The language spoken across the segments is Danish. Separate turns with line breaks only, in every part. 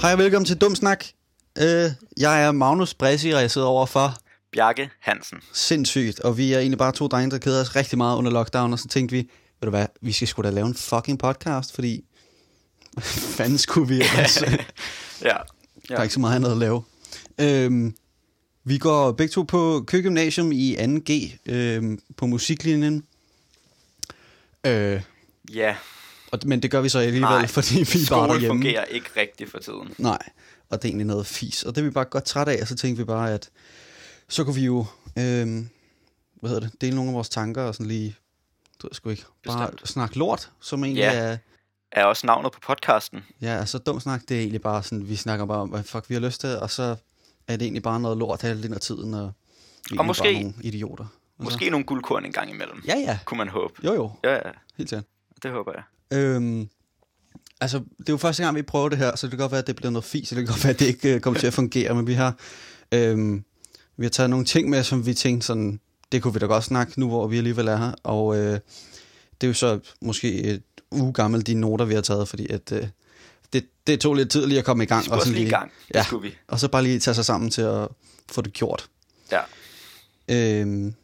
Hej og velkommen til Dum Snak. Øh, jeg er Magnus Bressi, og jeg sidder overfor
Bjarke Hansen.
sindssygt, og vi er egentlig bare to drenge, der keder os rigtig meget under lockdown, og så tænkte vi, ved du hvad, vi skal sgu da lave en fucking podcast, fordi hvad fanden skulle vi ellers?
Ja.
Der er ikke så meget andet at lave. Øhm, vi går begge to på Køgymnasium i 2G øhm, på musiklinjen. Øh,
ja.
og, men det gør vi så alligevel, Nej, fordi vi er bare
skole
derhjemme.
fungerer ikke rigtigt for tiden.
Nej, og det er egentlig noget fis. Og det er vi bare godt træt af, og så tænkte vi bare, at så kunne vi jo, øhm, hvad hedder det, dele nogle af vores tanker og sådan lige, du ved sgu ikke, bare Bestemt. snakke lort, som egentlig
Ja.
er,
Er også navnet på podcasten.
ja, altså dum snak, det er egentlig bare sådan, vi snakker bare om, hvad fuck vi har lyst til, og så er det egentlig bare noget lort halvdelen af tiden, og vi er
Og
egentlig
måske-
bare nogle idioter. Og
Måske nogle guldkorn en gang imellem.
Så, ja, ja,
Kunne man håbe.
jo jo,
Ja, ja.
helt sikkert.
Det håber jeg.
Øhm, altså, det er jo første gang, vi prøver det her, så det kan godt være, at det bliver noget fis, så det kan godt være, at det ikke øh, kommer til at fungere, men vi har, øhm, vi har taget nogle ting med, som vi tænkte sådan, det kunne vi da godt snakke nu, hvor vi alligevel er her, og øh, det er jo så måske et uge gammel, de noter, vi har taget, fordi at, øh, det, det tog lidt tid lige at komme i
Vi
gang,
skulle
og,
også
sådan
lige i
lige,
gang. Det
Ja.
skulle vi.
og så bare lige tage sig sammen til at få det gjort.
Ja.
Øhm,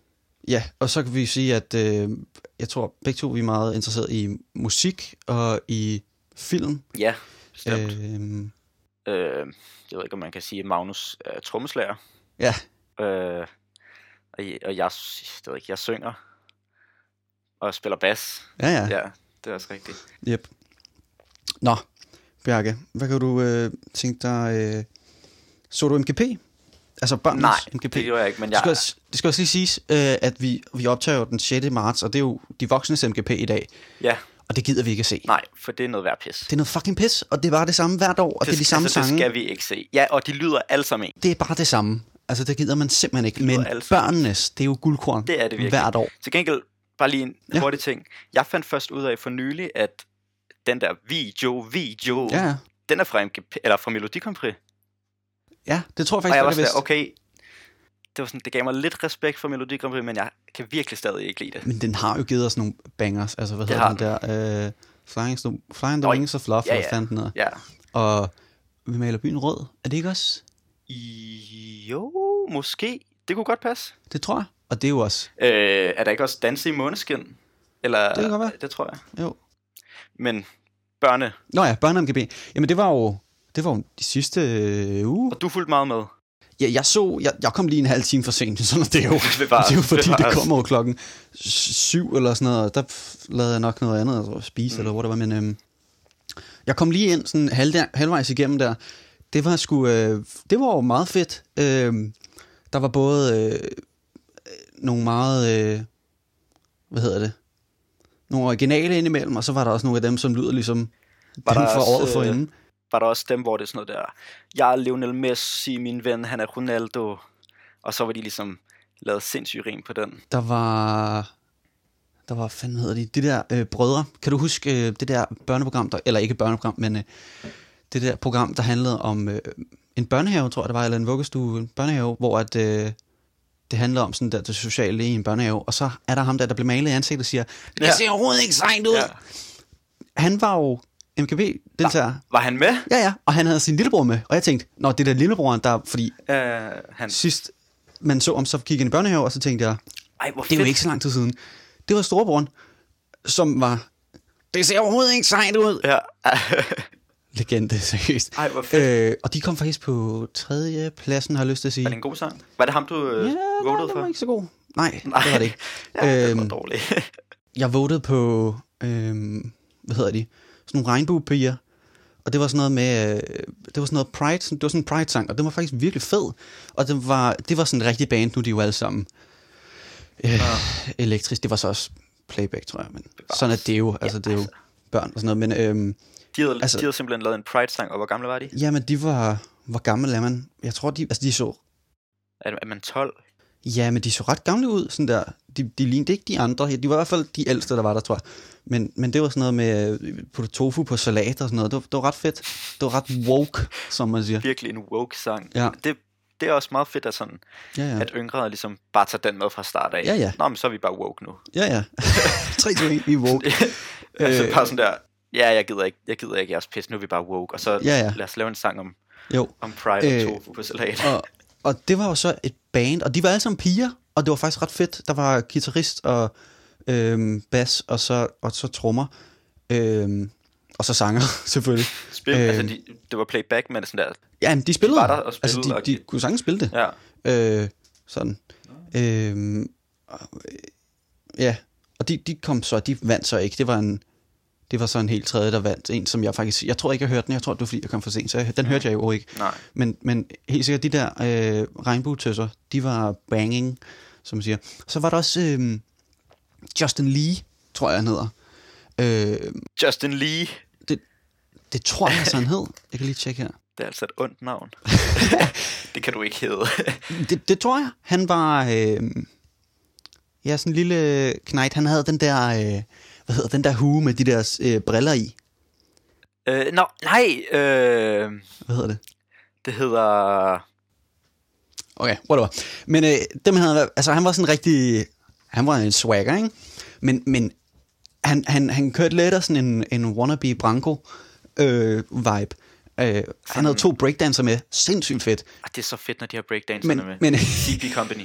ja, og så kan vi sige, at øh, jeg tror begge to vi er meget interesseret i musik og i film.
Ja, bestemt.
Øhm,
Øh, jeg ved ikke, om man kan sige, at Magnus er trommeslager.
Ja.
Øh, og, jeg- og jeg, det ved jeg ikke, jeg synger. Og spiller bas.
ja, ja,
Ja. ja, det er også rigtigt.
Yep. Nå, Bjarke, hvad kan du øh, tænke dig? Øh, så du MGP? Altså børnens
Nej,
MGP?
det gjorde jeg ikke, men
Det
jeg...
skal, også, det skal også lige siges, øh, at vi, vi optager jo den 6. marts, og det er jo de voksnes MGP i dag,
Ja,
og det gider vi ikke at se.
nej, for det er noget værd pis.
Det er noget fucking pis, og det er bare det samme hvert år, og det, det er de samme
altså,
sange.
Det skal vi ikke se. Ja, og de lyder alle sammen en.
det er bare det samme. Altså, det gider man simpelthen ikke. Men
lyder altså-
børnenes, det er jo guldkorn
Det er det virkelig.
hvert år.
Til gengæld, bare lige en
Ja.
ja. hurtig ting. Jeg fandt først ud af for nylig, at den der video, video,
Ja,
ja.
ja.
den er fra, MGP, eller fra Melodi Grand Prix.
ja, det tror jeg
Og
faktisk, godt, jeg
jeg var sådan,
vidste.
der, okay, det, var sådan, det gav mig lidt respekt for Melodi Grand Prix, men jeg kan virkelig stadig ikke lide det.
Men den har jo givet os nogle bangers. Altså, hvad
Det
hedder
har
den der? Øh, Flying, Snow, Flying the
Nå,
Wings of Love,
ja,
ja, ja.
ja.
fandt den hedder.
Ja.
Og vi maler byen rød. Er det ikke også?
Jo, måske. Det kunne godt passe.
Det tror jeg. Og det er jo også.
Øh, er der ikke også Danse i Måneskin? Eller,
Det kan godt være.
Det tror jeg.
Jo.
Men børne,
Nå ja, børne-MGB. Jamen, det var jo... Det var jo de sidste øh, uge.
og du fulgte meget med.
Ja, jeg så... Jeg, jeg kom lige en halv time for sent, sådan at det er jo...
Bevares,
det er jo fordi, det
bevares.
kommer jo klokken s- syv eller sådan noget, og der f- lavede jeg nok noget andet at spise, mm. eller hvor det var, men øhm, jeg kom lige ind sådan halv, halvvejs igennem der. Det var sgu, øh, det var jo meget fedt. Øhm, der var både øh, øh, nogle meget, øh, hvad hedder det, nogle originale indimellem, og så var der også nogle af dem, som lyder ligesom
Var
var dem
der
fra
også,
året
øh,
for inden.
var der også dem, hvor det er sådan noget der, jeg er Lionel Messi, min ven, han er Ronaldo. Og så var de ligesom lavet sindssyg rim på den.
Der var... Der var, hvad fanden hedder de? De der øh, brødre. Kan du huske øh, det der børneprogram, der, eller ikke børneprogram, men øh, det der program, der handlede om øh, en børnehave, tror jeg det var, eller en vuggestue, en børnehave, hvor at, øh, det handlede om sådan der, det sociale i en børnehave. Og så er der ham der, der blev malet i ansigtet og siger, det
Ja.
ser overhovedet ikke sejt ud.
Ja.
Ja. Han var jo MKB-deltager.
Var han med?
Ja, ja, og han havde sin lillebror med. Og jeg tænkte, nå, det er der lillebroren, der... Fordi
Øh, han.
sidst man så om, så gik han i børnehave, og så tænkte jeg,
Ej, hvor
det er jo
fedt.
ikke så lang tid siden. Det var storebroren, som var... Det ser overhovedet ikke sejt ud.
Ja.
Legende, seriøst.
Ej, hvor fedt.
Øh, og de kom faktisk på tredje pladsen, har jeg lyst til at sige.
Var det en god sang? Var det ham, du øh,
ja, nej,
votede
den
for?
var ikke så god. Nej,
Nej.
det var det ikke.
Ja, det
Øhm,
var dårligt.
Jeg votede på, øhm, hvad hedder de, sådan nogle regnbuepiger. Og det var sådan noget med, øh, det var sådan noget Pride, sådan- det var sådan en Pride-sang, og den var faktisk virkelig fed. Og det var, det var sådan en rigtig band, nu er de jo alle sammen øh, elektrisk. Det var så også playback, tror jeg, men sådan er det jo, altså det er jo børn og sådan noget. Men øhm,
de, havde,
altså-
altså, de havde simpelthen lavet en Pride-sang, og hvor gamle var de?
jamen, de var, hvor gammel er man? Jeg tror, de, altså de så,
Er, er man 12?
ja, men de så ret gamle ud, sådan der. De, de lignede ikke de andre, de var i hvert fald de ældste, der var der, tror jeg. Men, men det var sådan noget med øh, putte tofu på salat og sådan noget. Det var, det var ret fedt. Det var ret woke, som man siger.
Virkelig en woke-sang.
Ja.
Det, det er også meget fedt, at, sådan,
Ja, ja.
ja. at yngre ligesom bare tager den med fra start af.
Ja, ja.
Nå, men så er vi bare woke nu.
Ja, ja. 3, 2, 1, vi er woke.
altså
Øh.
bare sådan der, ja, jeg gider ikke, jeg gider ikke jeres pis, nu er vi bare woke, og så
Ja, ja.
lad os lave en sang om,
Jo.
om Pride
Øh,
øh, og tofu på salat.
Og, og det var jo så et band, og de var alle sammen piger, og det var faktisk ret fedt. Der var guitarist og øhm, bas, og så, og så trommer, øhm, og så sanger selvfølgelig.
Spil, øh, altså, de, det var playback, men sådan der,
Ja, men de spillede.
var der og spillede,
altså,
og
de, de
de-
kunne sagtens spille det.
ja.
Øh, sådan. Øhm, og, øh, ja, og de, de kom så, de vandt så ikke. Det var en det var så en helt tredje, der vandt. En, som jeg faktisk... Jeg tror ikke, jeg hørte den. Jeg tror, det var, fordi jeg kom for sent. Så jeg, den hørte jeg jo ikke.
Nej.
Men, men helt sikkert, de der øh, regnbuetøsser, de var banging, som man siger. Så var der også øh, Justin Lee, tror jeg, han hedder. Øh,
Justin Lee,
det tror jeg, altså, han hed. Jeg kan lige tjekke her.
det er altså et ondt navn. det kan du ikke hedde.
Det, det tror jeg. Han var... Øh, ja, sådan en lille knight. Han havde den der... Øh, hvad hedder den der hue med de der øh, briller i?
øh, nå, nej, øh,
Hvad hedder det?
det hedder,
Okay, whatever. Men øh, dem havde, altså, han var sådan rigtig... Han var en swagger, ikke? Men, men han, han, han kørte lidt af sådan en, en wannabe Branko øh, vibe. Øh, han havde to breakdancer med. Sindssygt fedt.
ah, det er så fedt, når de har breakdancerne
Men,
med.
men
CP Company.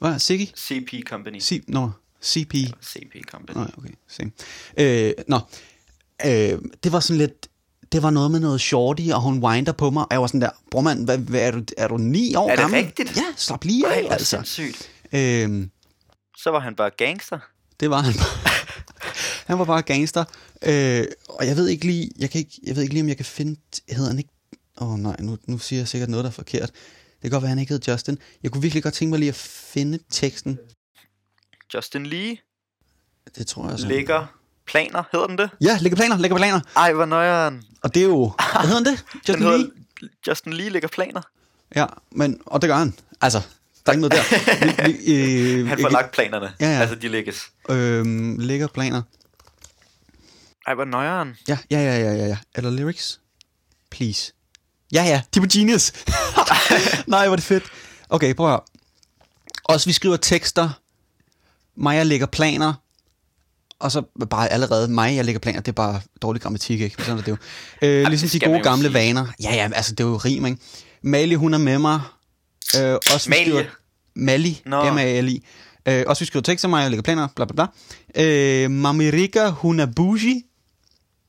hvad, Siggy?
CP Company.
C, no, CP.
CP Company.
Nej, okay, same. Øh, nå, øh, det var sådan lidt, det var noget med noget shorty, og hun winder på mig, og jeg var sådan der, bror mand, hvad, hvad er, du, er du ni år
Er det
gammel?
rigtigt?
Ja, slap lige
Nej,
af,
det er
altså.
sindssygt.
Øh,
Så var han bare gangster.
det var han bare. han var bare gangster. Øh, og jeg ved ikke lige, jeg, kan ikke, jeg ved ikke lige, om jeg kan finde, hedder han ikke, åh oh, nej, nu, nu siger jeg sikkert noget, der er forkert. Det kan godt være, han ikke hed Justin. Jeg kunne virkelig godt tænke mig lige at finde teksten.
Justin Lee
Det tror jeg så.
ligger planer, hedder den det?
Ja, lægger planer, lægger planer.
Ej, hvor nøjeren.
Og det er jo, hvad hedder han det?
Den
Justin Lee?
hedder Justin Lee ligger planer.
Mm. Ja, men, og det gør han. Altså, der er ikke noget der. Vi, vi, øh,
Han får lagt planerne.
Ja, ja.
Altså, de lægges.
Øh, lægger planer.
Ej, hvor nøjeren.
Ja, ja, ja, ja, ja, ja. Er der lyrics? Please. Ja, ja, de er på Genius. Nej, hvor er det fedt. Okay, prøv at høre. Også vi skriver tekster. Maja lægger planer. Og så bare allerede mig, jeg lægger planer, det er bare dårlig grammatik, ikke? Men Sådan er det jo. Øh, ligesom de
skal man
gode
jo
gamle
sige.
vaner. Ja, ja, altså det er jo rim, ikke? Mali, hun er med mig. Øh, også vi
Malie.
skriver... Mali,
Nå.
M-A-L-I. Øh, også vi skriver tekster, Maja lægger planer, bla bla bla. Øh, Mamirika, hun er bougie.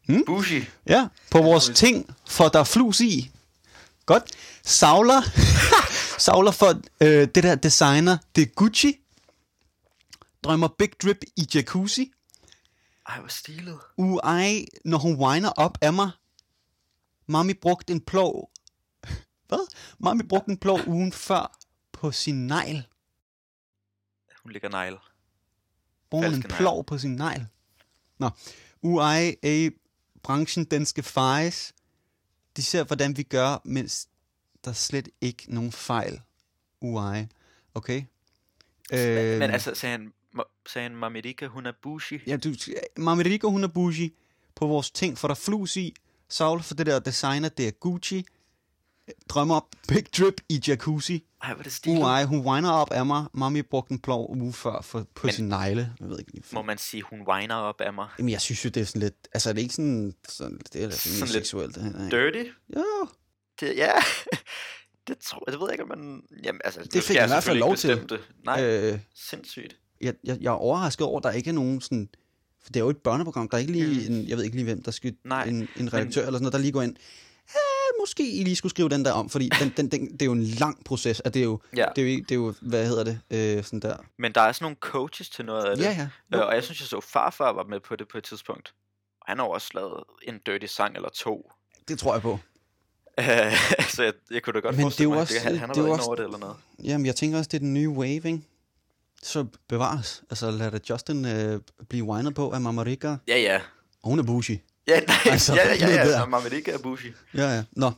Mm.
Bushi.
Ja, på vores ting, for der er flus i. Godt. Savler. Savler for øh, det der designer, det er Gucci. Drømmer Big Drip i jacuzzi.
Ej, hvor stilet.
Uej, når hun whiner op af mig. Mami brugte en plov. Hvad? Mami brugte en plov ugen før på sin negl.
Hun ligger negl.
Bruger hun en
Falske negl.
plov på sin negl? Nå. Uej, ej, branchen, den skal fejes. De ser, hvordan vi gør, mens der slet ikke nogen fejl. Uej. Okay?
Øh...
Øh,
Men altså, sagde han, ma- sagde han Mamirika, hun er Bushi.
Ja, du, Mameriko, hun er bougie på vores ting, for der er flus i. Saul for det der designer, det er Gucci. Drømmer op, big drip i jacuzzi.
Ej, hvor er det stilet.
Uej, hun whiner op af mig. Mami brugte en plov uge før for, på Men, sin negle. Jeg ved ikke, lige-
Må man sige, hun whiner op af mig.
Jamen, jeg synes jo, det er sådan lidt... Altså, er det ikke sådan... sådan det er da
Sådan
sådan
lidt
seksuelt, det her. ikke?
Dirty?
Jo,
Det, ja. det tror jeg, det ved jeg ikke, om man... Jamen, altså, nu
fik
skal
han
jeg
i hvert fald
selvfølgelig
lov
ikke bestemme Det. Nej, øh...
øh,
sindssygt.
jeg, jeg, jeg er overrasket over, at der ikke er nogen sådan... For det er jo et børneprogram. Der er ikke lige en, jeg ved ikke lige hvem, der skal
Mm. Nej,
en, en redaktør eller sådan noget, der lige går ind. "Ah, Måske I lige skulle skrive den der om, fordi den, den, den, det er jo en lang proces, og det er jo,
Ja.
det er jo, ikke- det er jo hvad hedder det, øh, sådan der.
Men der er sådan nogle coaches til noget af det.
Ja, ja.
Øh, og jeg synes, jeg så farfar var med på det på et tidspunkt. Og han har jo også lavet en dirty sang eller to.
Det tror jeg på.
Øh, så jeg, jeg kunne da godt
Men
forestille
det er jo
mig,
også-
at han, han har
det er jo
været inde
også-
over det eller noget.
Jamen, jeg tænker også, det er den nye wave, ikke? Så bevares. Altså, lad da Justin øh, blive whinet på af Mamarika.
Ja, ja.
Og hun er bougie.
Ja, nej,
Altså,
altså, ja,
det
ja,
er
ja,
bedre.
ja. Man vil ikke er Bushi.
Ja, ja. Nå.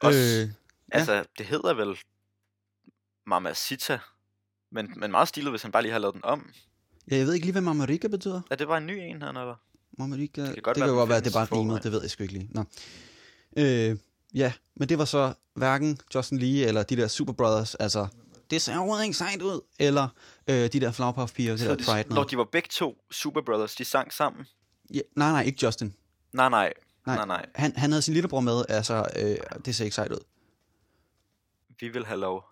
Også-
Øh,
Altså, det hedder vel Mama Sita. Men, men meget stilet, hvis han bare lige har lavet den om.
ja, jeg ved ikke lige, hvad Mamarika betyder.
Er det bare en ny en, han eller?
Mamarika, det
kan
kan
godt
godt det
være,
kan
den
godt være, at det
findes
er bare
i forvejen.
rimet, det ved jeg sgu ikke lige. Nå. Øh, ja, men det var så hverken Justin Lee eller de der Super Brothers, altså, det ser overhovedet ikke sejt ud, eller øh, de der Flagpuff-piger, det
Så
der
det,
Pride
når
noget.
de var begge to Super Brothers, de sang sammen.
Ja, nej, nej, ikke Justin.
Nej, nej.
Nej.
Nej, nej. nej.
Han, han havde sin lillebror med, altså, øh, det ser ikke sejt ud.
Vi vil have lov.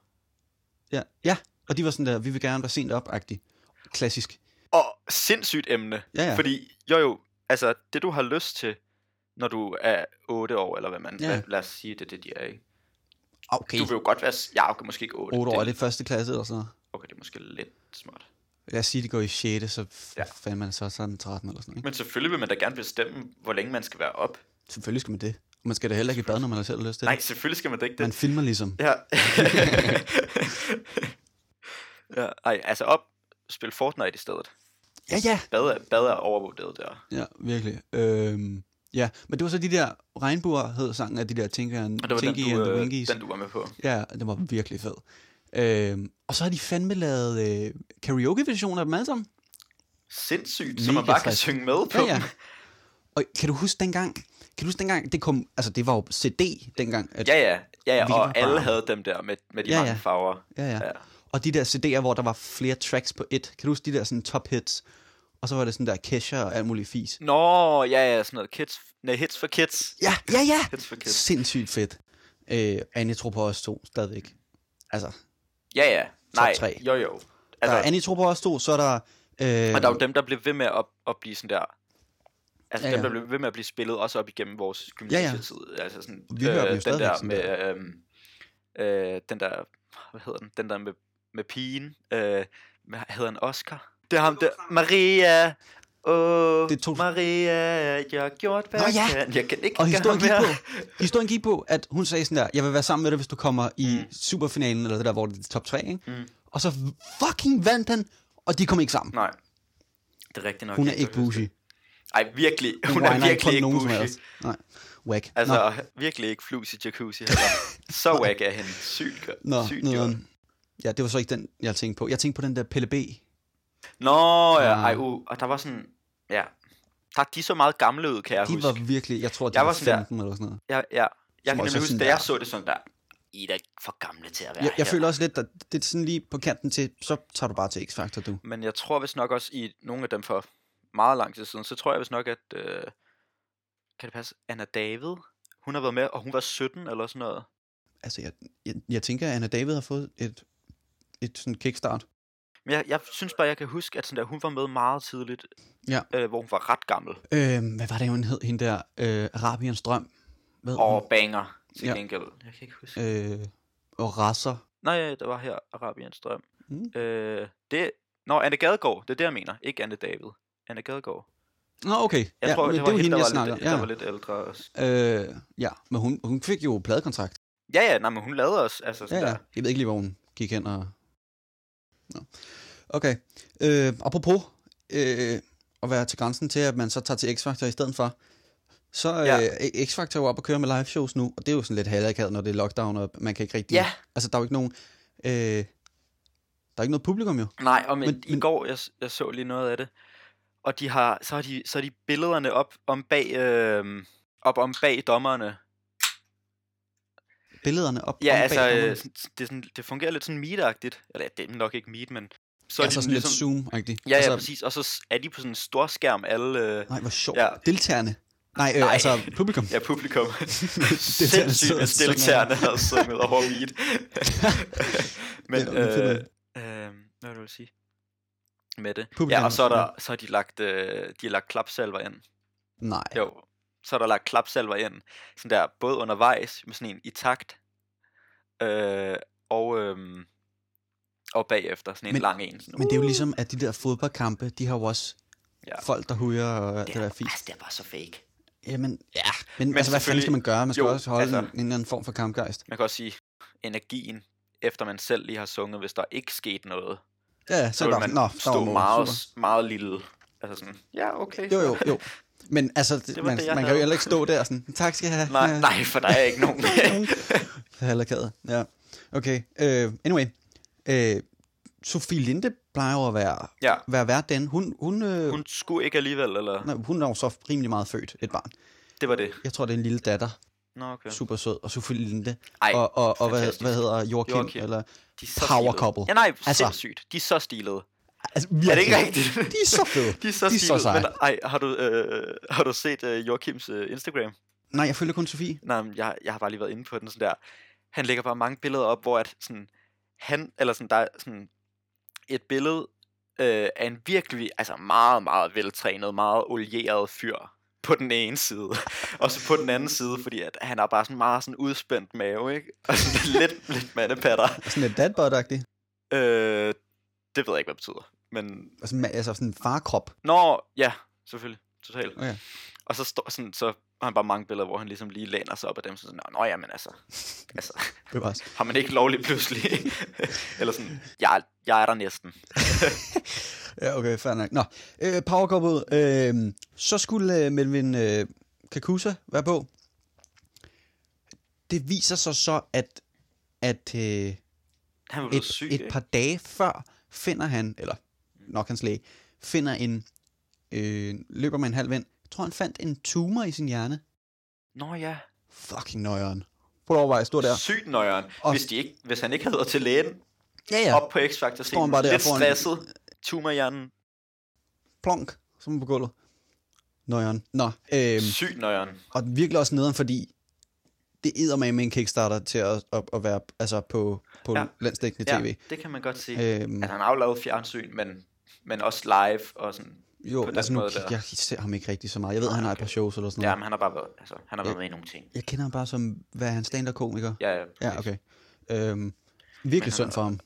Ja, ja, og de var sådan der, vi vil gerne være sent op-agtig. Klassisk.
Og sindssygt emne.
Ja, ja.
Fordi, jo jo, altså det du har lyst til, når du er 8 år, eller hvad man,
Ja.
ja. lad os sige det, er det de er, ikke?
Okay,
Du vil jo godt være, s- ja okay, måske ikke 8.
8 år er
det,
det første klasse eller sådan noget.
Okay, det er måske lidt smart.
Lad os sige, det går i 6., så f-
Ja.
fandt man så sådan 13 eller sådan noget. Ikke?
Men selvfølgelig vil man da gerne bestemme, hvor længe man skal være op.
Selvfølgelig skal man det. Og man skal da heller ikke i bad, når man har selv lyst til
Nej,
det.
selvfølgelig skal man da ikke det.
Man filmer ligesom.
Ja. ja, ej, altså op, spil Fortnite i stedet.
Ja, ja.
Bad er, bad er overvurderet der.
Ja, virkelig. Øhm, ja, men det var så de der regnbuer, hed sangen af de der Tinker and,
Og det var
Tinky
den
and
du,
the
øh,
Winkies.
den, du var med på.
Ja, den var virkelig fed. Øhm, og så har de fandme lavet øh, karaoke-versioner af dem alle sammen.
Sindssygt, så man
Mega
bare kan
frisk.
synge med på.
Ja, ja. Og kan du huske dengang, kan du huske dengang, det kom, altså det var jo CD dengang. At,
Ja, ja, ja, ja
Vi var
og alle
bare-
havde dem der med, med de
Ja,
ja, mange
ja.
farver.
ja, ja. Og de der CD'er, hvor der var flere tracks på et. Kan du huske de der sådan top hits? Og så var det sådan der Kesha og alt muligt fis.
Nå, ja, ja, sådan noget kids, nej, hits for kids.
Ja, ja, ja.
Hits for kids.
Sindssygt fedt. Øh, Annie tror på os to stadigvæk. Altså,
Ja, ja, nej,
tre.
jo, jo.
der
Altså,
er Annie tror på os to, så er der... Øh,
og der er jo dem, der blev ved med at, at blive sådan der, altså
Ja,
ja, ja.
ja.
dem, der blev ved med at blive spillet, også op igennem vores gymnasietid. Ja, ja. Altså sådan,
Vi hører dem jo
den
stadigvæk
der
sådan
med, øhm, øh, øh, den der, hvad hedder den, den der med, med pigen, øh, hvad hedder han, Oscar? Det er ham der, Maria, Åh,
Det er to-
Maria, jeg har gjort, hvad
Nå,
jeg
ja.
kan. Jeg kan ikke
og
gøre
historien gik,
mere.
på, historien gik på, at hun sagde sådan der, jeg vil være sammen med dig, hvis du kommer i mm. superfinalen, eller det der, hvor det er top 3, ikke? Mm. Og så fucking vandt han, og de kom ikke sammen.
Nej. Det er rigtigt nok.
Hun er
jeg kan
ikke
huske
bougie.
det. Ej, virkelig. Hun,
Hun
er
regner
virkelig
på
ikke
nogen som
bougie.
helst. Nej, whack.
Altså,
Nå.
virkelig ikke flus i jacuzzi heller. Så wack er hende. Sygt godt.
Nå,
Sygt
nederen.
godt.
Ja, det var så ikke den, jeg tænkte på. Jeg tænkte på den der Pelle B.
Nå, ja.
Ja.
Ej, uh, og der var sådan... Ja. Der, de så meget gamle ud, kan jeg
De
huske.
var virkelig, jeg tror, de
Jeg
var
var sådan der-
15 eller sådan noget.
Ja, ja. Jeg kan
også
nemlig
er
huske,
sådan
da
der-
jeg så det sådan der. I er da ikke for gamle til at være
Jeg, jeg
her.
føler også lidt, at det er sådan lige på kanten til, så tager du bare til X-Factor, du.
Men jeg tror vist nok også, i nogle af dem for meget lang tid siden, så tror jeg vist nok, at... Øh, kan det passe? Anna David? Hun har været med, og hun var 17 eller sådan noget.
Altså, jeg, jeg, jeg tænker, at Anna David har fået et, et sådan kickstart.
Men jeg, jeg synes bare, jeg kan huske, at sådan der, hun var med meget tidligt,
Ja.
øh, hvor hun var ret gammel.
Øhm, hvad var det, hun hed, hende der? Øh, Arabiens Drøm. Hvad hed
Og banger, til
Ja.
ja. gengæld. Jeg kan ikke huske.
hun? øh, og Rasser.
Nej, ja, der var her Arabiens Drøm.
Mm.
Øh, det, nå, Anne Gadegaard, det er det, jeg mener. Ikke Anne David. Anne Gadegaard.
Nå, okay.
Jeg tror,
men
det, var
jo
hende, der,
jeg
var
snakker.
lidt, der var lidt ældre også.
ja. Øh, ja, men hun, hun fik jo pladekontrakt.
Ja, ja, nej, men hun lavede os. Altså,
Ja,
sådan
ja.
Der.
Jeg ved ikke lige, hvor hun gik hen og... Nå. Okay. Øh, apropos øh, at være til grænsen til, at man så tager til X-Factor i stedet for, så øh,
Ja.
ja. X-Factor er jo op og køre med live shows nu, og det er jo sådan lidt halvakavet, når det er lockdown, og man kan ikke rigtig...
Ja.
Altså, der er jo ikke nogen... Øh, der er ikke noget publikum jo.
Nej, og men,
Men-
men, i
men-
går, jeg, jeg så lige noget af det. Og de har, så har de, så har de billederne op om bag, øh, op om bag dommerne.
Billederne op
Ja,
om
altså,
bag,
øh, sådan- det, er sådan, det fungerer lidt sådan meet-agtigt. Eller det er nok ikke meet, men... Så
så
er
altså
de ligesom-
sådan lidt zoom-agtigt.
Ja, ja,
altså,
præcis. Og så s- er de på sådan en stor skærm, alle... Øh,
Nej, hvor sjovt. Ja.
Ja.
Deltagerne. Nej, øh, Nej,
Nej.
altså publikum.
ja, publikum.
sidder og
Sindssygt,
synger.
at stiltærne havde sunget over meet. Men,
Ja, men fedt,
øh, øh, hvad vil du sige? Med det.
Publikum,
Ja, og så er der, så har de lagt, øh, de har lagt klapsalver ind.
Nej.
Jo, så er der lagt klapsalver ind. Sådan der, både undervejs, med sådan en i takt, øh, og, øh, og bagefter, sådan
Men-
en men, lang en. Sådan,
Men det er jo ligesom, at de der fodboldkampe, de har jo også ja.
Uh. Ja.
folk, der hujer og alt det, der er fint.
det er bare så fake.
Jamen, ja. Men, men altså, hvad fanden
selvfølgelig-
skal man gøre? Man skal jo,
jo,
også holde altså.
altså-
en, en eller anden form for kampgejst.
man kan også sige, energien, efter man selv lige har sunget, hvis der ikke skete noget,
Ja, så,
så
er
vil
der,
man
nå, der
stå
var mål.
meget,
Super.
meget lille. Altså sådan, ja, okay.
Jo,
så-
jo, jo. Men altså, det,
var
man,
det,
det,
jeg
man kan jo
havde.
heller ikke stå der sådan, tak skal jeg have.
Nej, nej, for der er ikke nogen.
Halvakadet, ja. Okay, øh, anyway. Øh, Sofie Linde plejer jo at være,
ja,
være vært den. Hun, hun, øh, hun,
hun skulle ikke alligevel, eller?
nej, hun er jo så rimelig meget født, et barn.
Det var det.
Jeg tror, det er en lille datter.
Nå, okay.
Super sød. Og Sofie Linde.
Ej,
og, og, og hvad,
fantastisk.
hvad hedder Joachim? Joachim.
Joachim.
Eller,
De er
power
stilede.
couple.
Ja, nej,
Altså-
altså, sindssygt. De er så stilede.
Altså,
Er det ikke
virkelig.
rigtigt?
De er så fede.
De er så,
De er så
stive,
seje.
Men ej, har du, øh, har du set øh, Joachims øh, Instagram?
Nej, jeg følger kun Sofie.
Nej, men jeg, jeg har bare lige været inde på den sådan der. Han lægger bare mange billeder op, hvor at sådan, han, eller sådan, der er sådan et billede øh, af en virkelig, altså meget, meget veltrænet, meget olieret fyr på den ene side, og så på den anden side, fordi at han har bare sådan meget sådan udspændt mave, ikke? Og sådan lidt, lidt mandepatter.
Sådan lidt dadbot-agtig.
Øh, det ved jeg ikke, hvad det betyder. Men
Og sådan, altså sådan en farkrop.
Nå, ja, selvfølgelig. Totalt.
Okay.
Og så, står, sådan, så har han bare mange billeder, hvor han ligesom lige læner sig op af dem, så sådan, "Nå, nå ja, men altså, altså,
Det var også.
har man ikke lovligt pludselig? Eller sådan, jeg, jeg er der næsten.
Ja, okay, fair nok. Nå, øh, powerkoppet. Øh, så skulle øh, Melvin øh, Kakusa være på. Det viser sig så, at, at øh,
Han var blevet
et,
syg,
et par dage før finder han, eller nok hans læge, finder en, øh, løber med en halv vind. Jeg tror, han fandt en tumor i sin hjerne.
Nå ja,
Fucking nøjeren. Prøv at overveje, jeg stod der.
sygt nøjeren.
Og-
Hvis, de ikke, hvis han ikke havde været til lægen,
Ja,
ja.
ja.
op på x factor
Står han bare der
lidt
foran-
stresset, tumorhjernen,
Plonk, som på gulvet. Nøjeren. Nå, øh,
sygt nøjeren.
Og den virkelig også nederen, fordi det æder med en kickstarter til at, at, at være altså på, på
Ja.
ja. landsdækkende
Ja,
tv.
det kan man godt se.
Øhm,
At han har jo lavet fjernsyn, men, men også live og sådan.
jo,
på den
altså nu
måde
kig-
der.
jeg ser ham ikke rigtig så meget. Jeg ved, han har et par shows eller sådan
Ja,
noget.
men han har bare været, altså, han har været
Ja.
med i nogle ting.
Jeg kender ham bare som, hvad er han, stand-up-komiker?
Ja, Øh, ja,
Ja, okay. Øhm, virkelig synd for ham.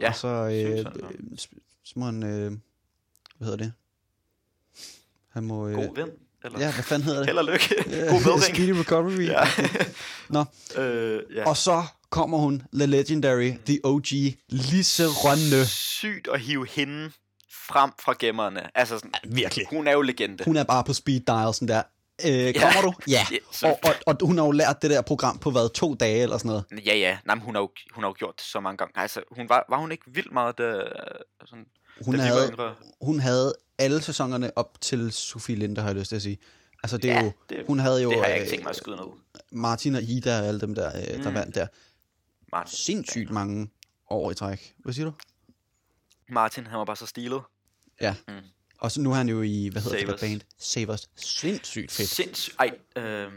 Ja,
Og så,
sygt
øh,
synd for ham.
øh, s- så må han, øh, hvad hedder det? Han må... Øh,
God vind, eller?
ja, hvad fanden hedder det?
Held og lykke.
Øh,
God vedring.
Speedy Recovery.
Ja.
Nå.
øh, ja.
Og så kommer hun, The Legendary, The OG, Lise Rønne.
Sygt at hive hende frem fra gemmerne. Altså, sådan,
Virkelig.
hun er jo legende.
Hun er bare på speed dial, sådan der. Øh, kommer du? Ja.
Ja, så-
Og, og, og hun har jo lært det der program på, hvad, to dage eller sådan noget.
Ja, ja. Nej, men hun har, jo, hun har jo gjort det så mange gange. Altså, hun var, var hun ikke vildt meget, da, sådan,
Hun,
da vi var
havde,
yngre?
hun havde alle sæsonerne op til Sofie Linde, har jeg lyst til at sige. Altså, det er
Ja,
jo,
det-
hun havde jo
det har jeg
øh,
ikke tænkt mig at skyde ned.
Martin og Ida og alle dem der, øh, der
Mm.
vandt der.
Martin.
Sindssygt mange år i træk. Hvad siger du?
Martin, han var bare så stilet.
Ja.
Mm.
Og så nu er han jo i, hvad hedder
Save
det
Us.
der band? Savers. Sindssygt fedt.
Sindssygt. Ej, øh,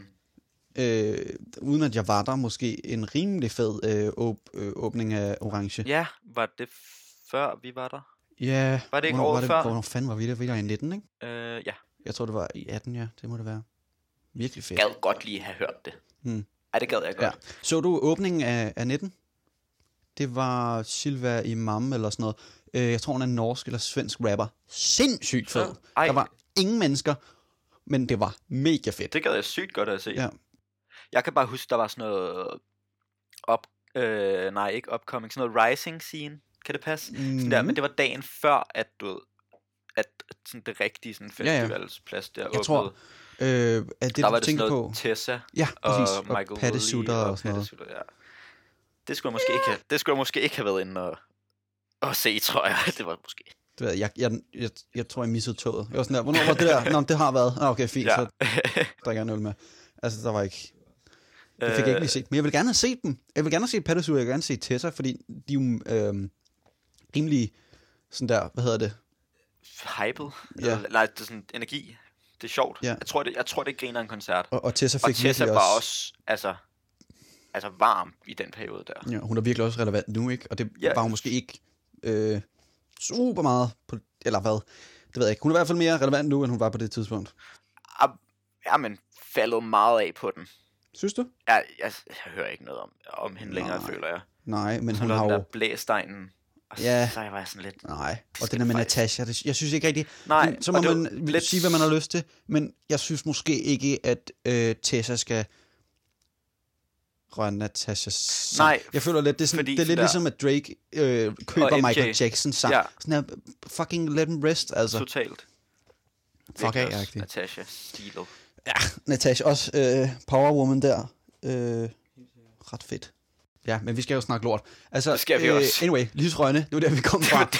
Øh, uden at jeg var der, måske en rimelig fed øh, åb, øh, åbning af Orange.
ja, var det før vi var der?
Ja.
Var det ikke
hvornår
året
var det,
før?
Hvornår fanden var vi der? Vi der i 19, ikke?
Øh, ja.
Jeg tror, det var i 18, ja. Det må det være. Virkelig fedt.
Gad godt lige have hørt det.
Mm.
Ja, det gad jeg godt.
Ja. Så du åbningen af, af 19? Det var Silva Imam eller sådan noget. Øh, jeg tror, hun er en norsk eller svensk rapper. Sindssygt fed.
Ja. Ej.
Der var ingen mennesker, men det var mega fedt.
Det gad jeg sygt godt at se.
Ja.
Jeg kan bare huske, der var sådan noget op, øh, nej, ikke upcoming, sådan noget rising scene. Kan det passe? Mm. Sådan
Mhm.
der, men det var dagen før, at du ved, at at sådan det rigtige sådan
Ja, ja.
festivalsplads der
Jeg tror,
åbnede.
Øh, er det, der
der var
du
det sådan
tænker
noget
på?
Tessa
Ja,
og,
præcis. Og,
Michael
pattesutter
Woodley
og sådan noget.
pattesutter, ja. Det skulle jeg måske ikke have, det skulle jeg måske ikke have været inde og, og se, tror jeg. Det var måske.
Det ved jeg, jeg, jeg, jeg, jeg, tror, jeg missede toget. Jeg var sådan der, hvornår var det der? Nå, men det har været. Ah, okay, fint,
Ja.
så drikker jeg en øl med. Altså, der var ikke... Det fik jeg
Øh.
ikke lige set. Men jeg vil gerne have set dem. Jeg vil gerne have set Patterson, jeg vil gerne se Tessa, fordi de er jo øh, rimelig sådan der, hvad hedder det?
Hypet.
Ja.
Ja. Øh, Nej, det er sådan energi. Det er sjovt.
Ja.
Jeg tror, det, jeg tror, det griner en koncert.
Og, og Tessa fik
Og Tessa
virkelig
var også, altså, altså varm i den periode der.
Ja, hun er virkelig også relevant nu, ikke? Og det
Ja.
ja. var hun måske ikke øh, super meget på, eller hvad? Det ved jeg ikke. Hun er i hvert fald mere relevant nu, end hun var på det tidspunkt.
Ah, Ja, men faldet meget af på den.
Synes du?
Jeg, jeg, jeg hører ikke noget om, om hende længere,
Nej.
føler jeg.
Nej, men
Hun
hun
lavede
har
den
jo...
der blæstegnen. Og ja.
Ja.
så var jeg sådan lidt...
Nej,
skal
og den der med
det faktisk-
Natasha, det, jeg synes ikke rigtig...
Nej,
så må
og det var
man
lidt-
lidt... sige, hvad man har lyst til, men jeg synes måske ikke, at øh, Tessa skal røre Natashas sang.
Nej,
Jeg føler lidt, det er, sådan,
fordi
det er lidt
sådan der-
ligesom, at Drake øh, køber
Og MJ.
Michael Jacksons sang.
Ja.
Ja. Sådan her, fucking let him rest, altså.
Totalt.
Fuck
Virkelig
af,
også.
agtig.
Natasha Stilo.
Natasha, også øh, Power Woman der. Øh, ret fedt. Ja, men vi skal jo snakke lort. Altså,
Det skal vi
øh,
også.
Anyway, Lise Rønne, det var der, vi kom fra.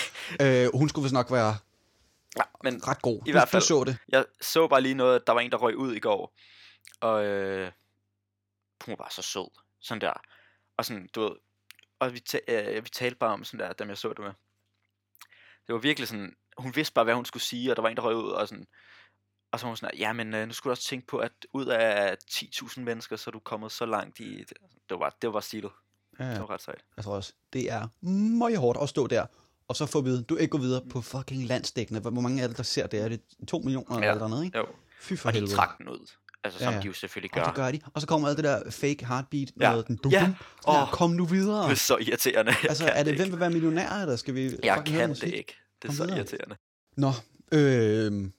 øh, hun skulle vist nok være
Ja, men
ret god.
I hvert fald.
Du så det.
jeg så bare lige noget, at der var en, der røg ud i går. Og øh, hun var bare så sød. Sådan der. Og sådan, du ved... Og vi, ta- øh, vi talte bare om sådan der, dem jeg så det med. det var virkelig sådan, hun vidste bare, hvad hun skulle sige, og der var en, der røg ud, og sådan, og så var hun sådan, ja, men øh, nu skulle du også tænke på, at ud af 10.000 mennesker, så er du kommet så langt i, det var, bare- det var bare stilet,
Ja,
det
ja.
var ret sejt.
Jeg tror også, det er meget hårdt at stå der, og så få at vide, du ikke går videre på fucking landsdækkende. Hvor hvor mange er det, der ser det? Er det to millioner ja.
Ja.
eller noget, ikke?
Jo.
Fy for
Og de
helvede.
trak den ud, altså
Ja,
som
ja.
de jo selvfølgelig
Og
gør.
det gør de. Og så kommer alt det der fake heartbeat.
Ja.
Noget, den dum,
Ja.
dum. Ja.
Åh.
Kom nu videre.
Det er så irriterende. Jeg
Altså,
kan
er det,
ikke.
hvem vil være millionær, eller skal vi
Jeg
fucking høre
kan
musik?
det ikke. Det er
Kom
så
videre.
irriterende.
Nå, øh,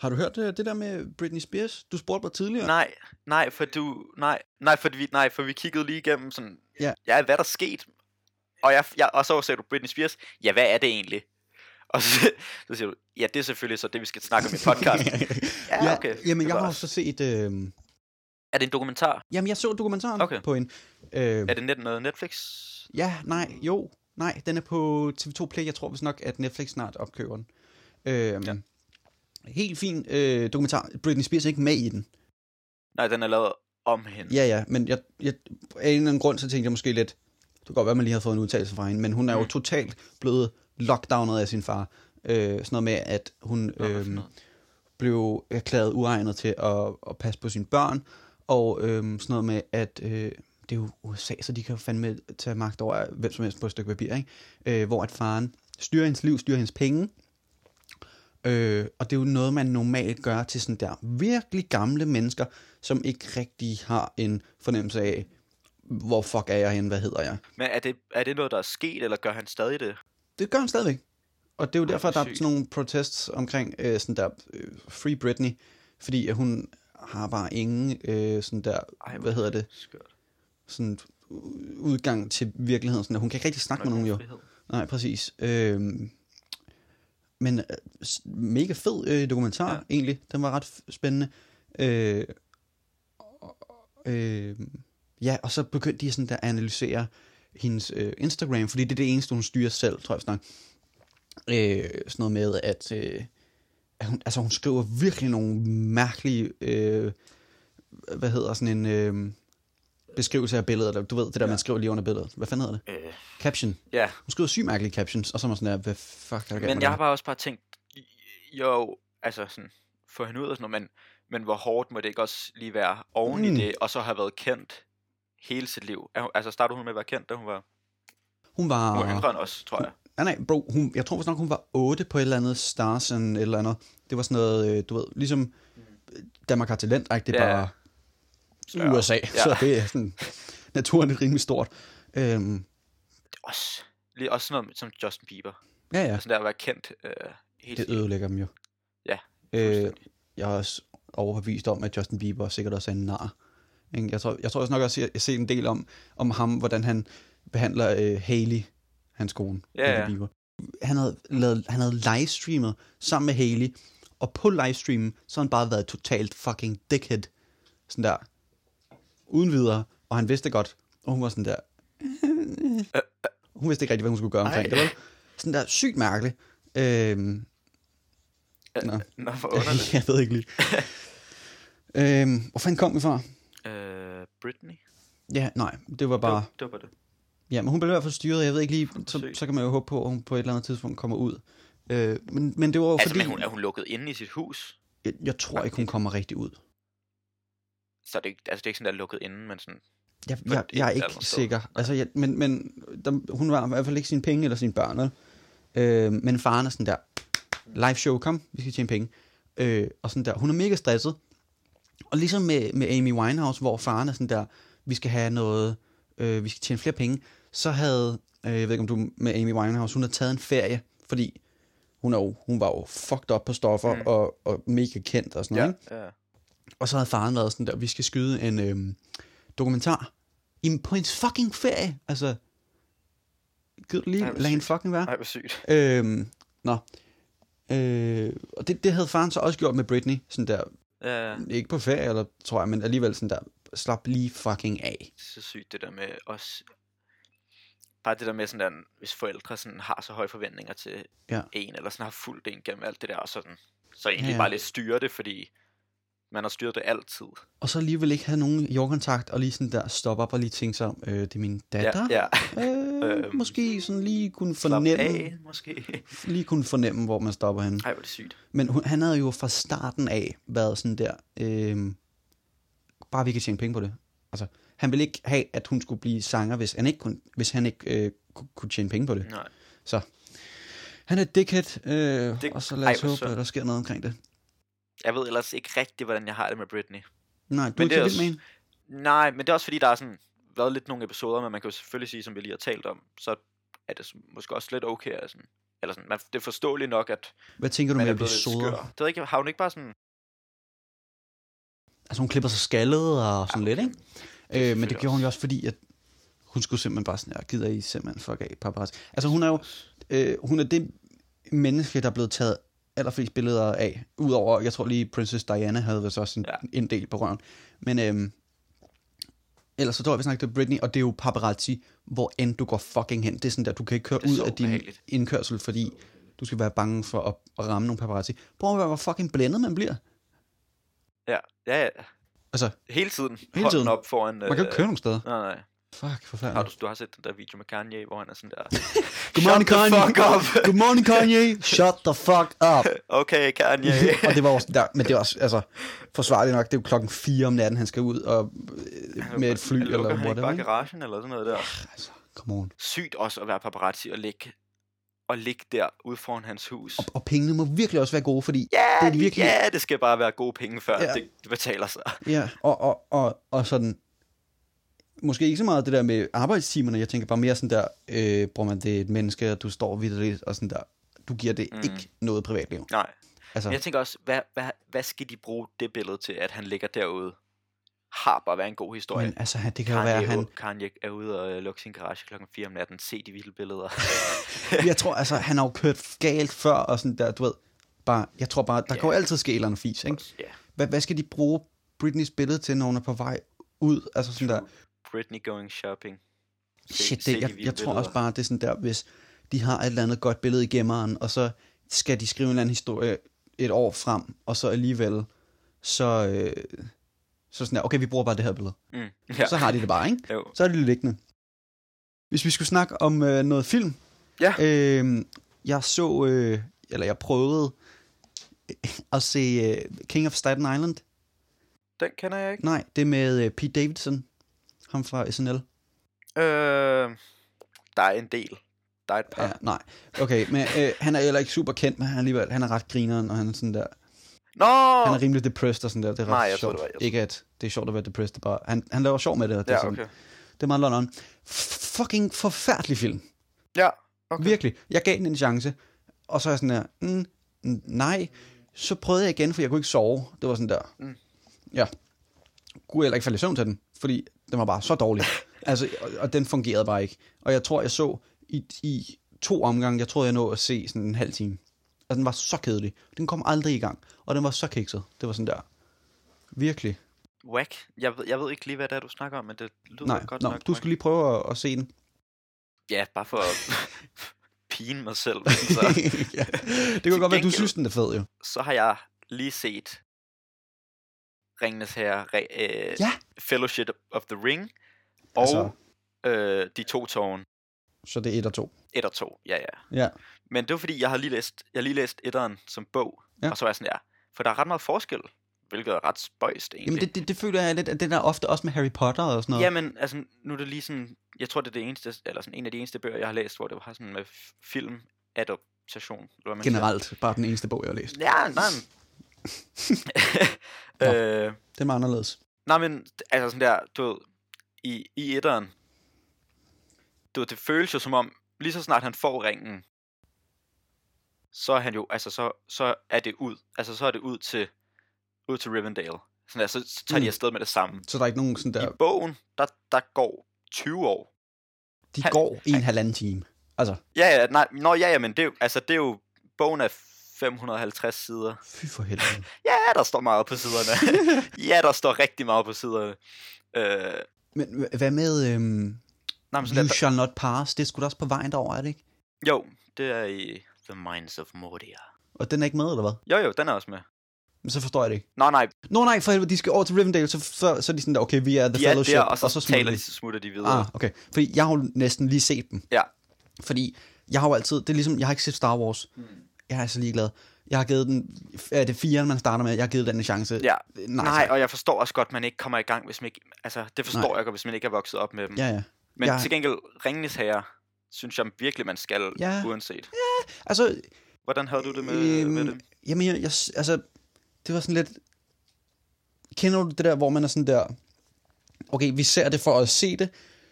har du hørt øh, det, det der med Britney Spears? Du spurgte mig tidligere.
Nej, nej, for du, nej, nej, for vi, nej, for vi kiggede lige igennem sådan,
Ja.
ja, ja hvad der skete, og, jeg, jeg, og så sagde du Britney Spears, ja, hvad er det egentlig? Og så, så siger du, ja, det er selvfølgelig så det, vi skal snakke om i podcasten. Ja, okay.
Ja, jamen,
Det
jeg
var
har jo
også-
så set... Øh,
er det en dokumentar?
jamen, jeg så dokumentaren
Okay.
på en... Øh,
Er det net noget Netflix?
Ja, nej, jo. Nej, den er på TV2 Play. Jeg tror vist nok, at Netflix snart opkøber den. Øh, ja. Helt fin øh, dokumentar. Britney Spears er ikke med i den.
Nej, den er lavet om hende.
Ja, ja, men jeg, jeg, af en eller anden grund, så tænkte jeg måske lidt, det kan godt være, at man lige har fået en udtalelse fra hende, men hun er jo
Mm.
totalt blevet lockdownet af sin far. Øh, sådan noget med, at hun
Nå, hvad for
øh,
noget?
blev erklæret uegnet til at, at passe på sine børn, og øh, sådan noget med, at øh, det er jo USA, så de kan jo fandme tage magt over hvem som helst på et stykke papir, ikke? Øh, hvor at faren styrer hendes liv, styrer hendes penge, Øh, og det er jo noget, man normalt gør til sådan der virkelig gamle mennesker, som ikke rigtig har en fornemmelse af, hvor fuck er jeg henne, hvad hedder jeg.
Men er det, er det noget, der er sket, eller gør han stadig det?
Det gør han stadigvæk. Og det er jo
Ej,
derfor,
hvor
der er
sygt.
sådan nogle protests omkring øh, sådan der øh, Free Britney, fordi at hun har bare ingen øh, sådan der,
Ej, hvor
hvad hedder det,
Skørt.
sådan u- udgang til virkeligheden. Sådan, at hun kan ikke rigtig snakke med nogen jo.
Frihed.
Nej, præcis. Øhm, men øh, s- mega fed øh, dokumentar, ja.
Ja.
egentlig. Den var ret f- spændende. Øh, og- øh, ja, og så begyndte de sådan der at analysere hendes øh, Instagram, fordi det er det eneste, hun styrer selv, tror jeg snak. Øh, sådan noget med, at, øh, at hun, altså, hun skriver virkelig nogle mærkelige, øh, hvad hedder sådan en øh, beskrivelse af billeder, eller du ved, det der, ja.
Ja.
man skriver lige under billedet. Hvad fanden hedder det?
Øh,
Caption.
ja,
Hun skriver sygt mærkelige captions, og så er man sådan der, hvad fuck er der galt med
Men jeg har
det?
bare også bare tænkt, jo, altså sådan, få hende ud og sådan noget, men, men hvor hårdt må det ikke også lige være oven mm.
Mm.
i det, og så have været kendt hele sit liv? Er hun- Altså startede hun med at være kendt, da hun var,
Hun var...
hun var yngre end os, tror jeg.
Nej, nej, bro, hun, jeg tror vist nok, hun var 8 på et eller andet Stars and et eller andet. Det var sådan noget, øh, du ved, ligesom øh, Danmark har talent, ikke? det er
Ja, ja.
bare
Større.
USA,
Ja.
så det er sådan, naturen er rimelig stort. Øhm,
Også, lige også sådan noget som Justin Bieber.
ja, ja,
Ja. Sådan der at være kendt øh, hele
det
sit liv.
ødelægger dem jo.
Ja,
øh,
fuldstændig.
Jeg er også overbevist om, at Justin Bieber sikkert også er en nar. Ikke? Jeg tror, jeg tror også nok også, jeg har set en del om, om ham, hvordan han behandler øh, Haley, hans kone,
Ja,
Hailey
ja.
Bieber. Han havde, lavet, han havde livestreamet sammen med Haley, og på livestreamen, så har han bare været totalt fucking dickhead. Sådan der. Uden videre. Og han vidste det godt. Og hun var sådan der. hun vidste ikke rigtig, hvad hun skulle gøre omkring
Ej.
det, vel? Sådan der sygt mærkeligt. Øhm, Nå.
Nå, for underligt.
jeg ved ikke lige. øhm, hvor fanden kom vi fra?
øh, Britney?
Ja, nej, det var
Det
bare...
var, det var bare det.
Ja, men hun blev i hvert fald styret, jeg ved ikke lige, så,
Sygt.
så kan man jo håbe på, at hun på et eller andet tidspunkt kommer ud. Øh, men, men det var jo
Altså,
fordi,
men hun, er hun lukket inde i sit hus?
jeg, jeg tror ikke, hun kommer rigtig ud.
Så er det, ikke, altså, det er ikke sådan, der er lukket inde, men sådan...
Jeg, jeg, jeg er ikke
et eller andet sted.
sikker. Altså, jeg, men men der, hun var i hvert fald ikke sine penge eller sine børn. vel? Øh, men faren er sådan der, live show, kom, vi skal tjene penge. Øh, og sådan der, hun er mega stresset. Og ligesom med, med Amy Winehouse, hvor faren er sådan der, vi skal have noget, øh, vi skal tjene flere penge, så havde, øh, jeg ved ikke om du er med Amy Winehouse, hun havde taget en ferie, fordi hun, er jo, hun var jo fucked op på stoffer mm.
Mm.
og, og mega kendt og sådan noget. ikke?
ja.
Og så havde faren været sådan der, vi skal skyde en øhm, dokumentar i, på hendes fucking ferie. Altså, gider du lige
Ej, hvor
lade hende
sygt.
fucking være?
Ej, hvor sygt.
Øhm, nå. Øh, og det, det havde faren så også gjort med Britney. Sådan der,
Ja,
ikke på ferie, eller, tror jeg, men alligevel sådan der, slap lige fucking af.
så sygt det der med os bare det der med sådan der, hvis forældre sådan har så høje forventninger til
Ja.
en, eller sådan har fulgt en gennem alt det der, og sådan, så egentlig
Ja,
ja,
ja.
ja. bare lidt styre det, fordi Man har styret det altid.
Og så alligevel ikke have nogen jordkontakt, og lige sådan der stoppe op og lige tænke sig om, øh, det er min datter.
Ja,
Øh,
Øhm,
måske sådan lige kunne
slap
fornemme,
af, måske.
lige kunne fornemme, hvor man stopper henne.
Ej, hvor er det sygt.
Men hun, han havde jo fra starten af været sådan der, øh, bare vi kan tjene penge på det. Altså, han ville ikke have, at hun skulle blive sanger, hvis han ikke kunne, hvis han ikke, øh, ku- kunne tjene penge på det.
Nej.
Så han er et dickhead, øh,
Dick-
og så lad os
Ej, hvor
håbe,
synd.
at der sker noget omkring det.
Jeg ved ellers ikke rigtigt, hvordan jeg har det med Britney.
Nej, du
Men
er ikke
det
så
er
vild
også-
med hende.
Nej, men det er også fordi, der er sådan været lidt nogle episoder, men man kan jo selvfølgelig sige, som vi lige har talt om, så er det som- måske også lidt okay. at Sådan, eller sådan, man, det er forståeligt nok, at
Hvad tænker du
man
med
er blevet lidt
episoder?
skør. Det ved jeg ikke, har hun ikke bare sådan...
Altså hun klipper sig skaldet og sådan
Ja,
ja, lidt,
okay.
ikke? Øh, men det
selvfølgelig
gjorde hun jo også fordi, at hun skulle simpelthen bare sådan, jeg gider I simpelthen fuck af, paparazzi. Altså hun er jo, øh, hun er det menneske, der er blevet taget allerflest billeder af, udover, jeg tror lige Princess Diana havde vist også en,
Ja.
ja. en del på røven. Men øhm, ellers så tror jeg, vi snakkede om Britney, og det er jo paparazzi, hvor end du går fucking hen. Det er sådan der, du kan ikke køre
er
ud
så
af din
ubehageligt.
indkørsel, fordi du skal være bange for at, at ramme nogle paparazzi. Prøv at være, hvor fucking blændet man bliver.
Ja, ja, ja.
Altså,
Hele tiden. Hele
tiden.
tiden. Hånden op foran...
man kan jo ikke køre nogen steder.
Nej, nej.
Fuck,
Øh. Har
forfærdeligt.
du, du har set den der video med Kanye, hvor han er sådan der...
Good morning,
Shut the
Kanye.
fuck up!
Good morning, Kanye. Shut the fuck up.
Okay, Kanye.
og det var også, der, men det er også, altså, forsvarligt nok, det er jo klokken 4 om natten, han skal ud og, øh, med et fly
Lukker
eller
han ikke
whatever.
bare
ikke?
garagen eller sådan noget der?
Altså, come on.
Sygt også at være paparazzi og ligge, og ligge der ude foran hans hus.
Og pengene må virkelig også være gode, fordi
Ja,
det er virkelig,
ja, det skal bare være gode penge, før
Ja.
ja. det betaler sig.
ja, og, og, og, og sådan, måske ikke så meget det der med arbejdstimerne, jeg tænker bare mere sådan der, øh, bror man, det er et menneske, og du står vidt lidt, og sådan der, du giver det
Mm.
mm. ikke noget privatliv.
Nej.
Altså,
Men jeg tænker også, hvad, hvad, hvad skal de bruge det billede til, at han ligger derude? Har bare været en god historie.
men altså, han- det kan jo
Kanye,
være, han,
Kanye er ude og øh, lukke sin garage klokken 4 om natten. Se de vilde billeder.
jeg tror, altså, han har jo kørt galt før, og sådan der, du ved, bare, jeg tror bare, der
Ja.
yeah. kan jo altid ske et eller andet fis, ikke?
ja.
Hvad, hvad skal de bruge Britneys billede til, når hun er på vej ud? Altså sådan der,
Britney going shopping. Se-
shit,
se de
det, jeg,
vilde
jeg tror
billeder.
også bare, det er sådan der, hvis de har et eller andet godt billede i gemmeren, og så skal de skrive en eller anden historie et år frem, og så alligevel, så, øh, så sådan der, okay, vi bruger bare det her billede.
Mm.
Ja. Så har de det bare, ikke?
Jo.
Så er det liggende. Hvis vi skulle snakke om øh, noget film.
Ja.
Øh, jeg så, øh, eller jeg prøvede øh, at se øh, King of Staten Island.
Den kender jeg ikke.
Nej, det er med øh, Pete Davidson. Ham fra SNL.
Øh, der er en del. Der er et par.
Ja, nej. Okay, men øh, han er heller ikke super kendt, men han er, alligevel, han er ret grineren, og han er sådan der.
Nå!
Han er rimelig depressed og sådan der. Det er ret
Nej, jeg tror,
sjovt.
det var- jeg tror-
Ikke at det er sjovt at være depressed, det er bare, han, han laver sjov med det. og det er
ja,
sådan-
okay.
Det er meget London. F- fucking forfærdelig film.
Ja,
Okay.
okay.
Virkelig. Jeg gav den en chance. Og så er jeg sådan der, mm, mm, nej. Så prøvede jeg igen, for jeg kunne ikke sove. Det var sådan der.
Mm.
Mm. Ja. Kunne heller ikke falde i søvn til den, fordi den var bare så dårlig. altså, og, og den fungerede bare ikke. Og jeg tror, jeg så i, i to omgange, jeg tror, jeg nåede at se sådan en halv time. Og den var så kedelig. Den kom aldrig i gang. Og den var så kikset. Det var sådan der. Virkelig.
Whack. Jeg ved, jeg ved ikke lige, hvad det er, du snakker om, men det lyder
Nej,
godt
nå,
nok.
du
whack.
skulle lige prøve at, at se den.
Ja, bare for at pine mig selv. men Så,
ja. Det
Til
kunne godt være, du
gengæld-
synes, den er fed, jo.
så har jeg lige set Ringenes Herre, re, øh,
Ja.
Fellowship of the Ring, og
Altså.
altså. øh, De to tårne.
Så det er et og to.
Et og to, ja, ja.
Ja.
Men det var fordi, jeg har lige læst, jeg har lige læst etteren som bog,
Ja.
ja. og så var jeg sådan, ja, for der er ret meget forskel, hvilket er ret spøjst egentlig.
Jamen det, det, det føler jeg lidt, at det der ofte også med Harry Potter og sådan noget.
Jamen, altså, nu er det lige sådan, jeg tror, det er det eneste, eller sådan en af de eneste bøger, jeg har læst, hvor det var sådan med f- filmadaptation. Eller hvad man siger.
Generelt, bare den eneste bog, jeg har læst.
Ja, nej.
Nå.
men- øh,
Den var anderledes.
nej, men altså sådan der, du ved, i, i etteren, du ved, det føles jo som om, lige så snart han får ringen, så er han jo, altså så, så er det ud, altså så er det ud til, ud til Rivendell. Sådan der, så, så tager mm.
Mm.
de afsted med det samme.
Så der er ikke nogen sådan der,
I bogen, der, der går 20 år,
de
han-
går i en halvanden time. Altså,
Ja, ja, nej, nå, ja, ja, men det er jo, altså, det er jo, bogen er 550 sider.
fy for helvede.
Ja, der står meget på siderne. ja, der står rigtig meget på siderne. Øh,
Men h- hvad med øhm,
nej, men sådan
You
der,
Shall Not Pass? Det skulle da også på vejen derover, er det ikke?
jo, det er i The Minds of Moria.
Og den er ikke med, eller hvad?
Jo, jo, den er også med.
Men så forstår jeg det ikke.
Nå nej,
Nå nej, for helvede, de skal over til Rivendell, så, så, så er de sådan der, okay, vi er The
de er
Fellowship,
der, og så, og så
smutter
taler
vi.
de, så smutter de videre.
Ah, okay. Fordi jeg har jo næsten lige set dem.
Ja.
Fordi jeg har jo altid, det er ligesom, jeg har ikke set Star Wars.
Hmm.
Mm. Jeg er så ligeglad. Jeg har givet den, er det fire, man starter med, jeg har givet den en chance.
Ja.
Nej,
Nej,
tak.
og jeg forstår også godt, at man ikke kommer i gang, hvis man ikke... Altså, det forstår Nej. jeg godt, hvis man ikke er vokset op med dem.
Ja, ja.
Men
jeg-
til gengæld, Ringenes Herre, synes jeg virkelig, man skal,
Ja.
ja. uanset.
Altså,
Hvordan havde du det med, øhm, med
øhm,
det?
jamen, jeg, jeg, altså, det var sådan lidt, kender du det der, hvor man er sådan der, okay, vi ser det for at se det,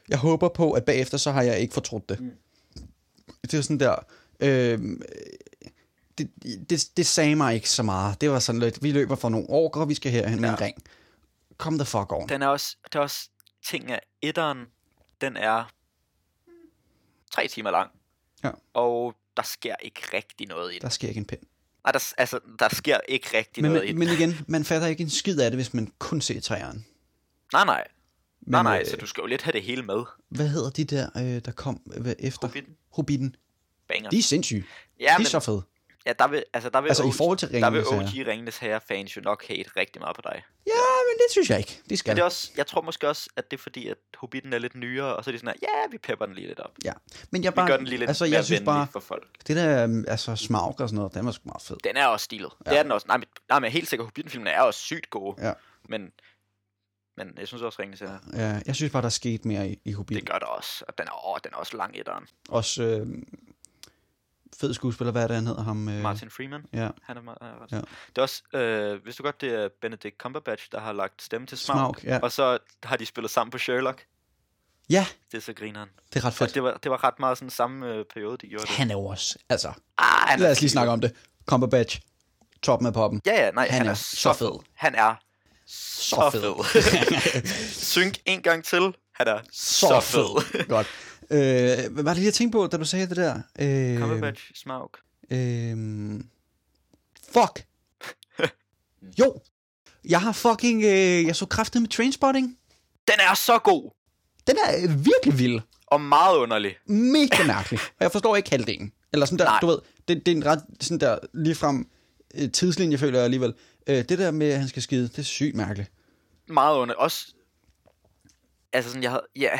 jeg håber på, at bagefter, så har jeg ikke fortrudt det. Mm. Det var sådan der, øhm, det, det, det sagde mig ikke så meget. Det var sådan lidt, vi løber fra nogle orker, vi skal herhen ja. med en
Ja.
ring. Kom der fuck over.
Den er også... Det er også ting af etteren, den er mm, tre timer lang.
Ja.
Og der sker ikke rigtig noget i
Der
den.
sker ikke en pind.
Nej, der, s- altså, der sker ikke rigtig
Men,
noget i den.
men, men igen, man fatter ikke en skid af det, hvis man kun ser træerne.
Nej, nej. nej,
Men,
nej,
øh,
så du skal jo lidt have det hele med.
Hvad hedder de der, øh, der kom øh, efter?
Hobbiten.
Hobbiten.
Banger.
De er sindssyge.
ja,
de
men,
er så fede.
ja, der vil, altså, der vil
Altså, i
OG
forhold til
der vil
Ringenes Herre.
OG Ringenes Herre-fans jo nok hate rigtig meget på dig.
Ja, men det synes jeg ikke. Det skal
Men det er også, jeg tror måske også, at det er fordi, at Hobbiten er lidt nyere, og så er de sådan her, ja, vi pepper den lige lidt op.
Ja. Men jeg
Vi
bare,
gør den lige lidt
altså,
mere
jeg synes
venlig
bare,
for folk.
det der, øhm, altså, smaug og sådan noget, den var sgu meget fed.
Den er også stilet. Ja. Det er den også. Nej, men, nej, men jeg er helt sikker, at Hobbiten-filmen er også sygt gode.
Ja.
Men, men jeg synes også, Ringenes Herre,
Ja, jeg synes bare, der er sket mere i, i Hobbit.
det gør der også. Og den er, åh, den er også lang etteren.
Også øh, fed skuespiller, hvad er det, han hedder ham? Øh,
Martin Freeman.
Ja,
Han er meget, han er ret.
Ja.
Ja. Det er også, øh, hvis du godt, det er Benedict Cumberbatch, der har lagt stemme til Smaug.
Smaug, ja.
Og så har de spillet sammen på Sherlock.
ja,
Det er så grineren.
det er ret
Og
fedt.
det var, det var ret meget sådan samme øh, periode, de gjorde det.
Han er jo også, altså,
Ah, han er
lad os lige
cute.
snakke om det. Cumberbatch, toppen af poppen.
Ja, ja, nej,
Han
han,
er
er,
så
så
fed.
fed. Han er så fed. Synk en gang til. Han er så, så fed.
Godt. Øh, hvad var det lige, jeg tænkte på, da du sagde det der? Øh,
Cumberbatch, Smaug.
Øh, fuck. jo. Jeg har fucking... Øh, jeg så kraftet med Trainspotting.
Den er så god
Den er øh, virkelig vild.
og meget underlig.
Mega mærkelig. Og jeg forstår ikke halvdelen. Eller sådan der, Nej.
Nej.
du ved, det, det er en ret sådan der ligefrem øh, tidslinje, føler jeg alligevel. Øh, det der med, at han skal skide, det er sygt mærkeligt.
Meget underlig. Også, altså sådan, jeg havde, ja,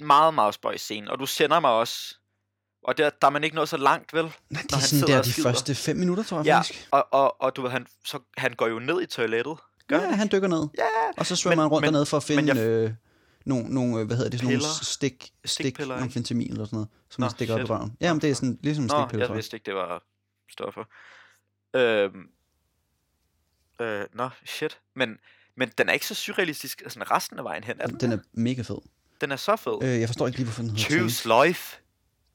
meget, meget spøjs scene. Og du sender mig også, og der, der er man ikke nået så langt, vel?
Nej, det
Når
er sådan
han sidder
der
og
de
skider.
første fem minutter, tror jeg
Ja,
faktisk.
og, og, og du ved, han, så, han går jo ned i toilettet. Gør
Ja, han dykker ned.
Ja,
Og så svømmer
Men-
han rundt
men-
dernede for at
men
finde jeg... øh, nogle, nogle, øh, hvad hedder det, sådan nogle
Piller?
stik, stik,
Stikpiller, ikke?
amfetamin eller sådan noget, som man
Nå,
stikker op i
shit.
røven. Ja, men det er sådan, ligesom en
Nå,
stikpille,
jeg
tror jeg.
vidste ikke, det var stoffer. Øhm, øh, nå, shit. Men, men den er ikke så surrealistisk altså, sådan resten af vejen hen. Er den,
Den er mega fed.
den er så fed. Øh,
Øh, jeg forstår ikke lige, hvorfor den hedder Train-
choose life.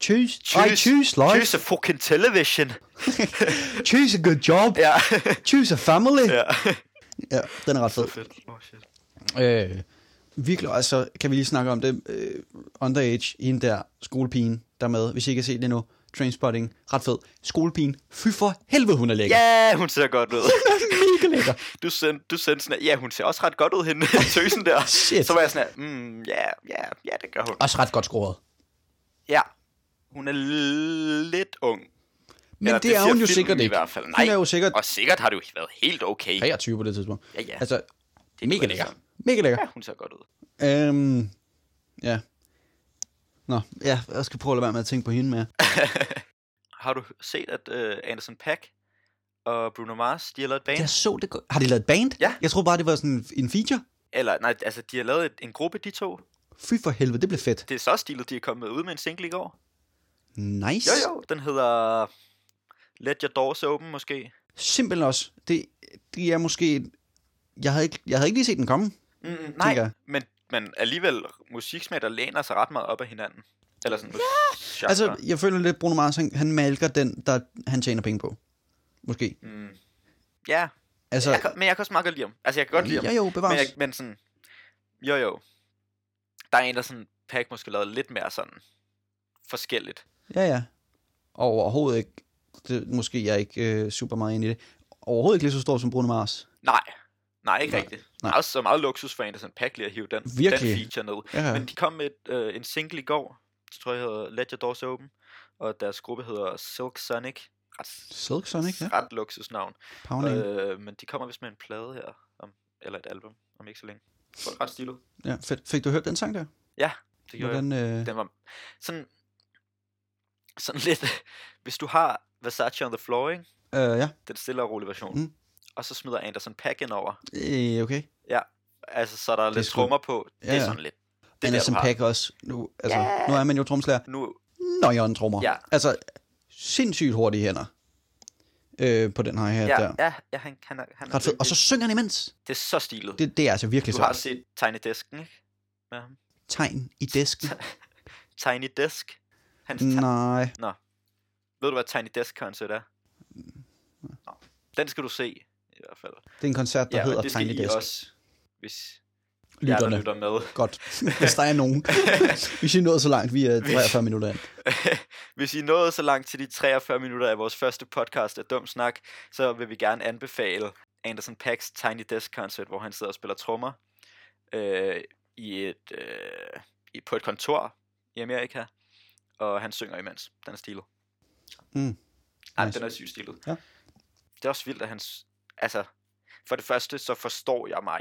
Choose. Ej, choose life.
Choose a fucking television.
Choose a good job.
Ja.
Choose a family.
ja.
Ja, den er ret fed.
Fedt. Oh, shit.
Øh, virkelig, altså, kan vi lige snakke om det. Øh, underage, hende der, skolepigen, der er med, hvis I ikke har set det endnu. Trainspotting, ret fed. Skolepigen, fy for helvede, hun er lækker.
Ja, hun ser godt ud.
mega lækker.
Du sendte du sendte sådan, at, ja, hun ser også ret godt ud hende, tøsen der.
Shit.
Så var jeg sådan, at, mm, ja, ja, ja, det gør hun.
Også ret godt scoret.
Ja, hun er lidt ung.
Men
Eller
det, det er
siger
hun jo
filmen
sikkert
i
ikke.
hvert fald. Nej.
Hun er jo sikkert
Og sikkert har det jo været helt okay.
23 på det tidspunkt.
Ja, ja.
Altså, det er
kunne
mega
jeg
lækker.
sige.
Mega lækker.
Ja, hun ser godt ud.
Ja. Øhm, ja. Nå, ja, jeg skal prøve at lade være med at tænke på hende mere.
Har du set, at uh, Anderson Pack og Bruno Mars, de har lavet et band?
Altså, Jeg
Yes.
så det godt. Har de lavet et band?
Ja.
Jeg tror bare, det var sådan en feature.
Eller nej, altså de har lavet et, en gruppe, de to.
Fy for helvede, det blev fedt.
Det er så stilet, de er kommet ud med en single i går.
Nice.
Jo jo, den hedder Let Your Doors Open måske.
Simpelthen også. Det, det er måske... Jeg havde, ikke, jeg havde ikke lige set den komme.
Mm,
Tænker
nej,
jeg.
men, men alligevel musiksmag, der læner sig ret meget op af hinanden. Eller sådan ja.
Altså, jeg føler lidt, Bruno Mars, han, han malker den, der han tjener penge på. Måske.
Mm, ja,
Altså,
jeg, kan- men jeg kan også meget godt lide ham. Altså jeg kan godt lide ham.
ja, jo, bevares.
Men, jeg, men sådan, jo jo, der er en, der sådan, Pack måske lavet lidt mere sådan, forskelligt.
Ja, ja. Overhovedet ikke. Det, måske jeg er ikke øh, super meget inde i det. Overhovedet ikke lige så stor som Bruno Mars.
Nej, nej ikke
Nej,
nej, rigtigt.
nej.
Nej. Også så meget luksus for en, der sådan, Pack lige at hive den,
Virkelig.
den feature ned.
Ja,
Ja. Men de kom med et, øh, en single i går, jeg tror jeg hedder Let Your Doors Open, og deres gruppe hedder Silk Sonic. ret,
Silk Sonic, ja.
ret luksusnavn.
Pounding.
Øh, men de kommer vist med en plade her, om, eller et album, om ikke så længe. Det var ret stilet.
Ja, fedt. Fik du hørt den sang der?
Det gjorde
Hvordan, øh,
jeg. Den var sådan, sådan lidt, hvis du har Versace on the floor, ikke?
øh, ja,
den stille og rolige version,
Mm.
mm. og så smider Anderson Pack ind over,
øh, okay.
altså så er der er
Det er
lidt
sgu-
trommer på, det
Ja,
er
ja.
sådan lidt.
Det
der, du
Anderson
har.
Pack også. Nu, altså,
Ja.
nu er man jo tromslærer.
Nu,
Nøjeren trommer.
Ja.
Altså, sindssygt hurtige hænder øh, på den her her
ja,
der.
ja, ja, han, han, er, han er
Ret fed. Og så synger han imens.
Det er så stilet. Det,
Det, det er altså virkelig
du har
sejt.
set Tiny Desken, ikke? Med ham.
Tegn i disken.
Tiny Desk. Hans ta-
Nej.
Ved du, hvad Tiny Desk Concert er?
Mm,
Nå. Den skal du se, i hvert fald.
Det er en koncert, der
og
hedder
det skal
Tiny
I
Desk.
også, hvis jeg
Lytterne.
der lytter med.
Godt. Hvis der er nogen. Hvis I er nået så langt, vi er 43 minutter ind.
Hvis I nåede så langt til de 43 minutter af vores første podcast af Dum Snak, så vil vi gerne anbefale Anderson Packs Tiny Desk Concert, hvor han sidder og spiller trommer øh, i et, øh, i- på et kontor i Amerika, og han synger imens. Den er stilet.
Mm.
Ej,
Nice.
den er sygt stilet.
Ja.
Det er også vildt, at han... s- Altså, for det første, så forstår jeg mig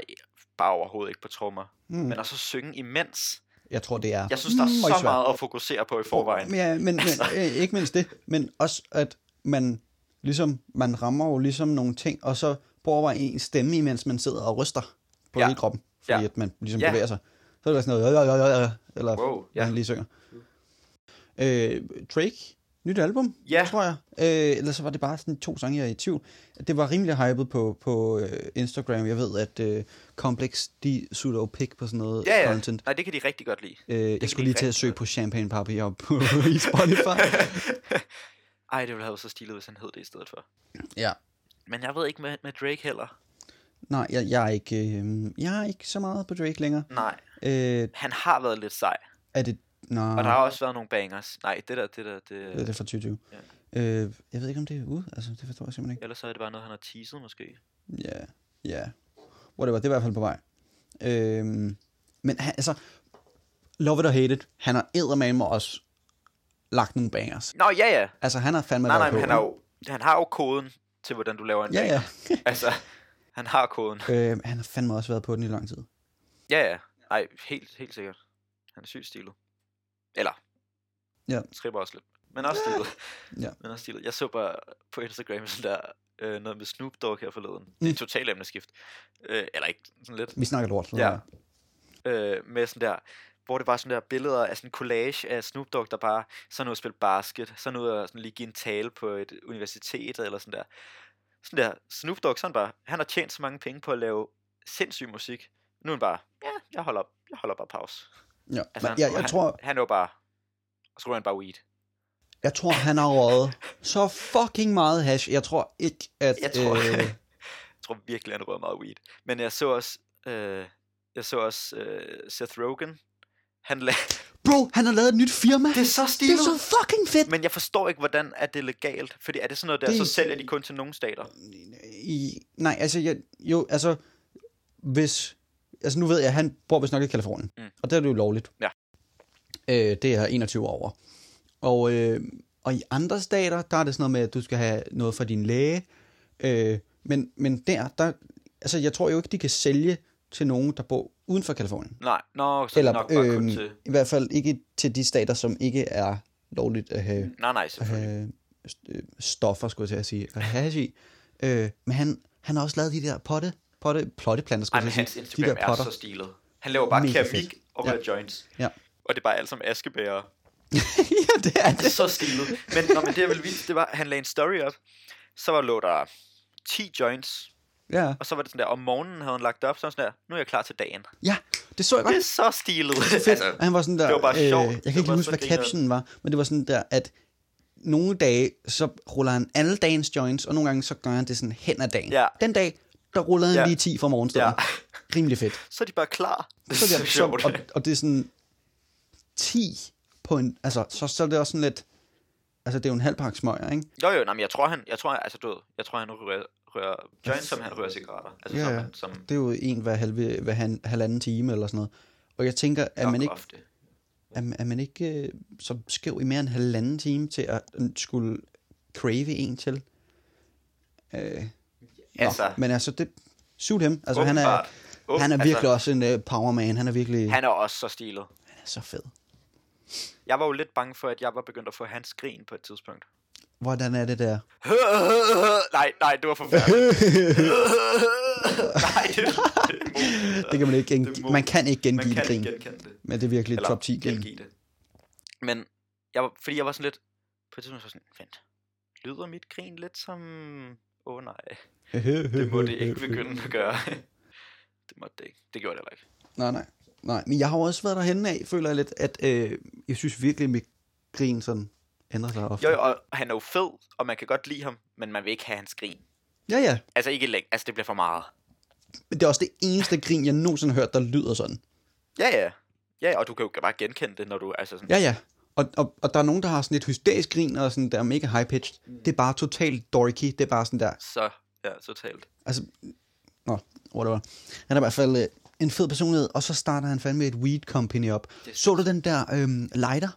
bare overhovedet ikke på trommer, mm.
Mm.
men at så synge imens.
Jeg tror, det er
Jeg synes, der er
møg
så
svært.
meget at fokusere på i forvejen.
Ja, men, men
Altså.
øh, ikke mindst det, men også at man ligesom, man rammer jo ligesom nogle ting, og så bruger man en stemme, imens man sidder og ryster på ja.
Ja.
hele kroppen, fordi ja.
Ja.
at man ligesom ja.
Ja.
bevæger sig. Så er der sådan noget, ja, ja, ja, ja, eller wow.
Wow,
ja.
ja.
han lige synger. Øh, Drake, nyt album,
Ja.
tror jeg. Øh, eller så var det bare sådan to sange, jeg er i tvivl. Det var rimelig hypet på, på øh, Instagram. Jeg ved, at øh, Complex, de sutter jo pik på sådan noget
Ja, ja.
content.
Nej, det kan de rigtig godt lide.
Øh, jeg
kan
skulle
de
lige til at
rigtig
søge
godt.
på Champagne Papi op på i Spotify.
Ej, det ville have været så stilet, hvis han hed det i stedet for.
Ja.
Men jeg ved ikke med, med Drake heller.
Nej, jeg, jeg, er ikke, øh, jeg er ikke så meget på Drake længere.
Nej,
Øh,
han har været lidt sej.
er det... Nej,
Og der har også været nogle bangers. Nej, det der, det der,
det
det...
er fra 2020.
Ja.
Øh, jeg ved ikke, om det er ude. Altså, det forstår jeg simpelthen ikke.
Ellers så er det bare noget, han har teaset måske.
Ja, ja. Whatever, det er i hvert fald på vej. Øh, men han, altså, love it or hate it, han har eddermame også lagt nogle bangers.
Nå, ja, ja.
Altså, han har fandme
Nej, nej,
været
men
på,
han har jo, han har jo koden til, hvordan du laver en
Ja,
banger.
ja.
Altså, han har koden.
Øh, han har fandme også været på den i lang tid.
Ja, ja. Nej, helt, helt sikkert. Han er sygt stilet. Eller,
Ja.
tripper også lidt. Men også
Ja.
stilet.
Ja.
Men også stilet. Jeg så bare på Instagram sådan der, øh, noget med Snoop Dogg her forleden. Det er
Mm.
et totalt emneskift. Øh, eller ikke, sådan lidt.
Vi snakker lort.
Ja. øh, med sådan der, hvor det var sådan der billeder af sådan en collage af Snoop Dogg, der bare sådan ud at spille basket, sådan ud at sådan lige give en tale på et universitet, eller sådan der. Sådan der, Snoop Dogg, sådan bare, han har tjent så mange penge på at lave sindssyg musik, nu er han bare, ja, jeg holder, jeg holder bare pause.
ja.
Altså,
Men,
han,
ja jeg
han,
tror,
Han er jo bare, og så ryger han bare weed.
Jeg tror, han har røget så fucking meget hash. Jeg tror ikke, at...
Jeg tror,
øh,
øh... jeg tror virkelig, han rører meget weed. Men jeg så også, øh, jeg så også øh, Seth Rogen, han lagde,
bro, han har lavet et nyt firma.
det er så
det
stilet.
er så fucking fedt.
Men jeg forstår ikke, hvordan er det er legalt. Fordi er det sådan noget der,
Det-
det... så sælger de kun til nogle stater.
I, nej, altså, jeg, jo, altså, hvis... Altså, nu ved jeg, han bor vist nok i Kalifornien. Mm.
Mm.
Og der er det jo lovligt.
Ja.
Øh, det er 21 år over. Og, øh, og i andre stater, der er det sådan noget med, at du skal have noget fra din læge. Øh, men, men der, der... Altså, jeg tror jo ikke, de kan sælge til nogen, der bor uden for Kalifornien.
Nej, nå, så Eller,
Eller
er det nok bare
øhm,
kun til...
i hvert fald ikke til de stater, som ikke er lovligt at have,
Nej, nej,
at
selvfølgelig.
have st- øh, stoffer, skulle jeg til at sige, at have hash i. Øh, men han, han har også lavet de der potte, potte, plotteplanter, skulle
Ej, men
jeg til at
hans
sige. De der
Instagram er
potter.
så stilet. Han laver bare
Mega
keramik og
Ja.
ja. joints.
Ja.
Og det er bare alt som askebæger.
ja, det er
Det er
det.
så stilet. Men, nå, men det, jeg ville vise, det var, at han lagde en story op. Så var lå der 10 joints.
Ja,
Og så var det sådan der, om morgenen havde han lagt det op, så var han sådan der, nu er jeg klar til dagen.
ja det så jeg godt.
Det er så stilet.
fedt. Altså, han var sådan der,
det var bare sjovt.
jeg kan
Det var
ikke lige
bare
huske,
så
hvad
grineren.
captionen var, men det var sådan der, at nogle dage, så ruller han alle dagens joints, og nogle gange, så gør han det sådan hen ad dagen.
Ja.
Den dag, der rullede han
Ja.
lige 10 fra morgenstunden.
Ja.
Ja. Rimelig fedt.
så er de bare klar. Det er
så,
så,
er det, så,
sjovt.
og, og det er sådan 10 på en, altså, så, så er det også sådan lidt, altså det er jo en halv pakke smøger, ikke?
Jo jo, nej, men jeg tror han, jeg tror altså du ved, jeg tror han rører, rører joint, som han rører cigaretter. Altså
Ja,
som,
ja.
han, som
Det er jo en hver, halve, hver han, halvanden time eller sådan noget. Og jeg tænker, er
nok
man ikke,
ofte.
er, er man ikke øh, så skæv i mere end halvanden time til at øh, skulle crave en til. Øh, altså,
Altså.
nå, men altså, det, suit him. Altså, han er,
Åbenbart. Åben-
han er virkelig også
altså,
en uh, powerman. Han er virkelig han...
Han er også så stilet.
er så fed.
Jeg var jo lidt bange for, at jeg var begyndt at få hans grin på et tidspunkt.
Hvordan er det der?
nej, nej, det var forfærdeligt. nej, det,
det kan man ikke.
Det
Gen-
må-
man kan ikke
man
gengive
kan
det grin,
ikke genkende det.
men det er virkelig
Eller
top 10 grin.
gengive det. Men, jeg, var- fordi jeg var sådan lidt, på et tidspunkt så var jeg sådan, vent, lyder mit grin lidt som, åh oh, nej, det må det ikke begynde at gøre. det måtte det ikke. Det gjorde det heller ikke.
Nej, nej. Nej, men jeg har jo også været derhen af, føler jeg lidt, at øh, jeg synes virkelig, mit grin sådan ændrer sig ofte.
Jo, jo, og han er jo fed, og man kan godt lide ham, men man vil ikke have hans grin.
Ja, ja.
Altså ikke længe, altså det bliver for meget.
Men det er også det eneste grin, jeg nogensinde har hørt, der lyder sådan.
Ja, ja. Ja, og du kan jo bare genkende det, når du, altså sådan,
Ja, ja. Og, og, og der er nogen, der har sådan et hysterisk grin, og sådan der er mega high-pitched.
Mm.
Det er bare totalt dorky. Det er bare sådan der,
så, ja, totalt.
altså... Nå, whatever. Han er i hvert fald øh, en fed personlighed, og så starter han fandme et weed company op. Så du den der øhm, lighter?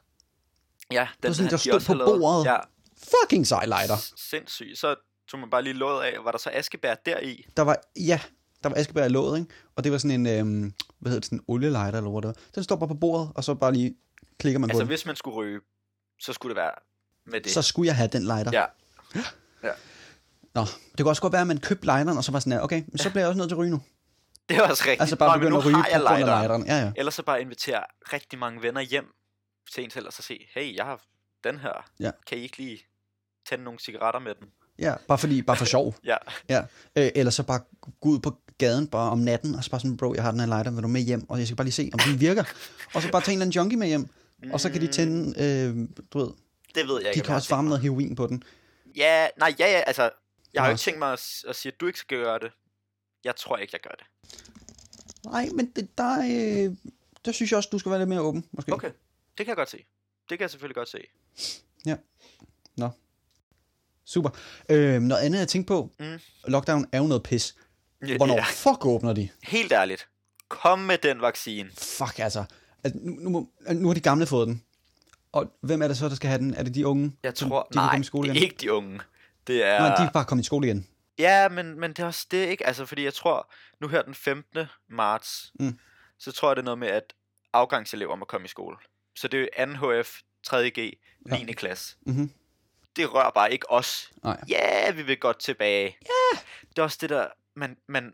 Ja, den,
sådan,
han-
der
de
stod
også har
på
lavet-
bordet.
Ja,
Fucking sej lighter.
sindssygt. Så tog man bare lige låget af, og var der så askebær deri?
Der var, ja, der var Askebær i låget, ikke? Og det var sådan en, øhm, hvad hedder det, sådan en olielighter eller hvad det var. Den står bare på bordet, og så bare lige klikker man altså,
Altså,
på den.
hvis man skulle ryge, så skulle det være med det.
Så skulle jeg have den lighter.
Ja,
Nå, det kunne også godt være, at man købte lighteren, og så var sådan her, okay, men så bliver jeg også nødt til at ryge nu.
det var også rigtigt.
Altså bare
Nå, men
begynde
nu
at ryge
har jeg
på grund af
lighteren.
lighteren. Ja, ja.
Ellers så bare invitere rigtig mange venner hjem til en selv, og så se, hey, jeg har den her.
Ja.
Kan I ikke lige tænde nogle cigaretter med den?
Ja, bare, fordi, bare for sjov.
Ja,
Ja. Øh, eller så bare gå ud på gaden bare om natten, og så bare sådan, bro, jeg har den her lighter, vil du med hjem? Og jeg skal bare lige se, om den virker. og så bare tage en eller anden junkie med hjem, og så kan de tænde, øh, du ved,
Mm, det ved jeg
de
ikke. om
kan
jeg
også
har
farme
tænkt
noget heroin på den.
mig. Ja, nej, ja, ja, altså, jeg har jo
Nå.
ikke tænkt mig at, s- at sige, at du ikke skal gøre det. Jeg tror ikke, jeg gør det.
Nej, men det, der, øh, der synes jeg også, du skal være lidt mere åben, måske.
Okay, det kan jeg godt se. Det kan jeg selvfølgelig godt se.
Super. Øh, noget andet, jeg tænkte på,
Mm.
lockdown er jo noget pis.
Ja,
Hvornår
ja.
fuck åbner de?
Helt ærligt, kom med den vaccine.
Fuck, altså. altså nu, nu, må, nu har de gamle fået den. Og hvem er det så, der skal have den? Er det de unge?
Jeg
som-
tror,
de kan
nej,
komme i skole
det er
igen?
ikke de unge. Det er...
Nej, de er bare kommet i skole igen.
Ja, men, men det er også det, ikke? Altså, fordi jeg tror, nu her den 15. marts,
Mm.
mm. så tror jeg, det er noget med, at afgangselever må komme i skole. Så det er 2. HF, 3.G, 9. Ja. Mm-hmm. klasse.
Mhm.
Det rører bare ikke os.
Nej.
Ja, yeah, vi vil godt tilbage. Ja. Yeah. Det er også det der, man, man,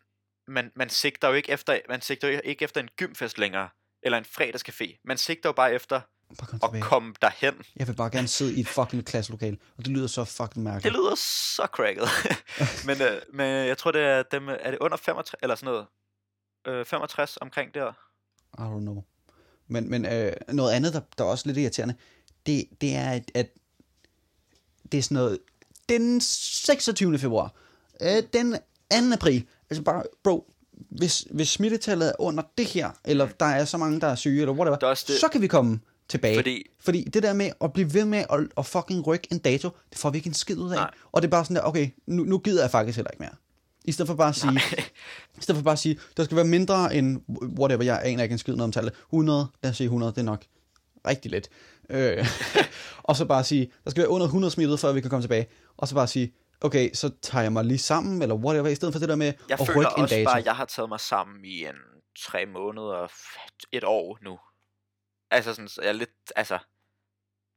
man, man sigter jo ikke efter, man sigter jo ikke efter en gymfest længere, eller en fredagscafé. Man sigter jo bare efter
Bare kom
at
tilbage.
komme derhen.
Jeg vil bare gerne sidde i et fucking klasselokale, og det lyder så fucking
Det
mærkeligt.
lyder så cracket. men, øh, men jeg tror, det er dem, øh, er det under 65, eller sådan noget, øh, 65 omkring der.
I don't know. Men, men øh, noget andet, der, der er også lidt irriterende, det, det er, at, at det er sådan noget, den 26. februar, øh, den 2. april, altså bare, bro, hvis, hvis smittetallet er under det her, eller der er så mange, der er syge, eller
Der er
whatever,
også det-
så kan vi komme tilbage.
Fordi-
Fordi det der med at blive ved med at, at fucking rykke en dato, det får vi ikke en skid ud af.
Nej.
Og det er bare sådan der, okay, nu, nu gider jeg faktisk heller ikke mere. I stedet for bare at sige, i stedet for bare at sige, der skal være mindre end, whatever, jeg aner ikke en skid noget om tallet. 100, lad os sige 100, det er nok rigtig let. Øh, og så bare sige, der skal være under 100 smittet, før vi kan komme tilbage. Og så bare sige, okay, så tager jeg mig lige sammen, eller whatever, i stedet for det der med
Jeg
at
føler
rykke en
også
dato.
bare, at jeg har taget mig sammen i en tre måneder og f- et år nu. Altså sådan, så jeg er lidt, altså,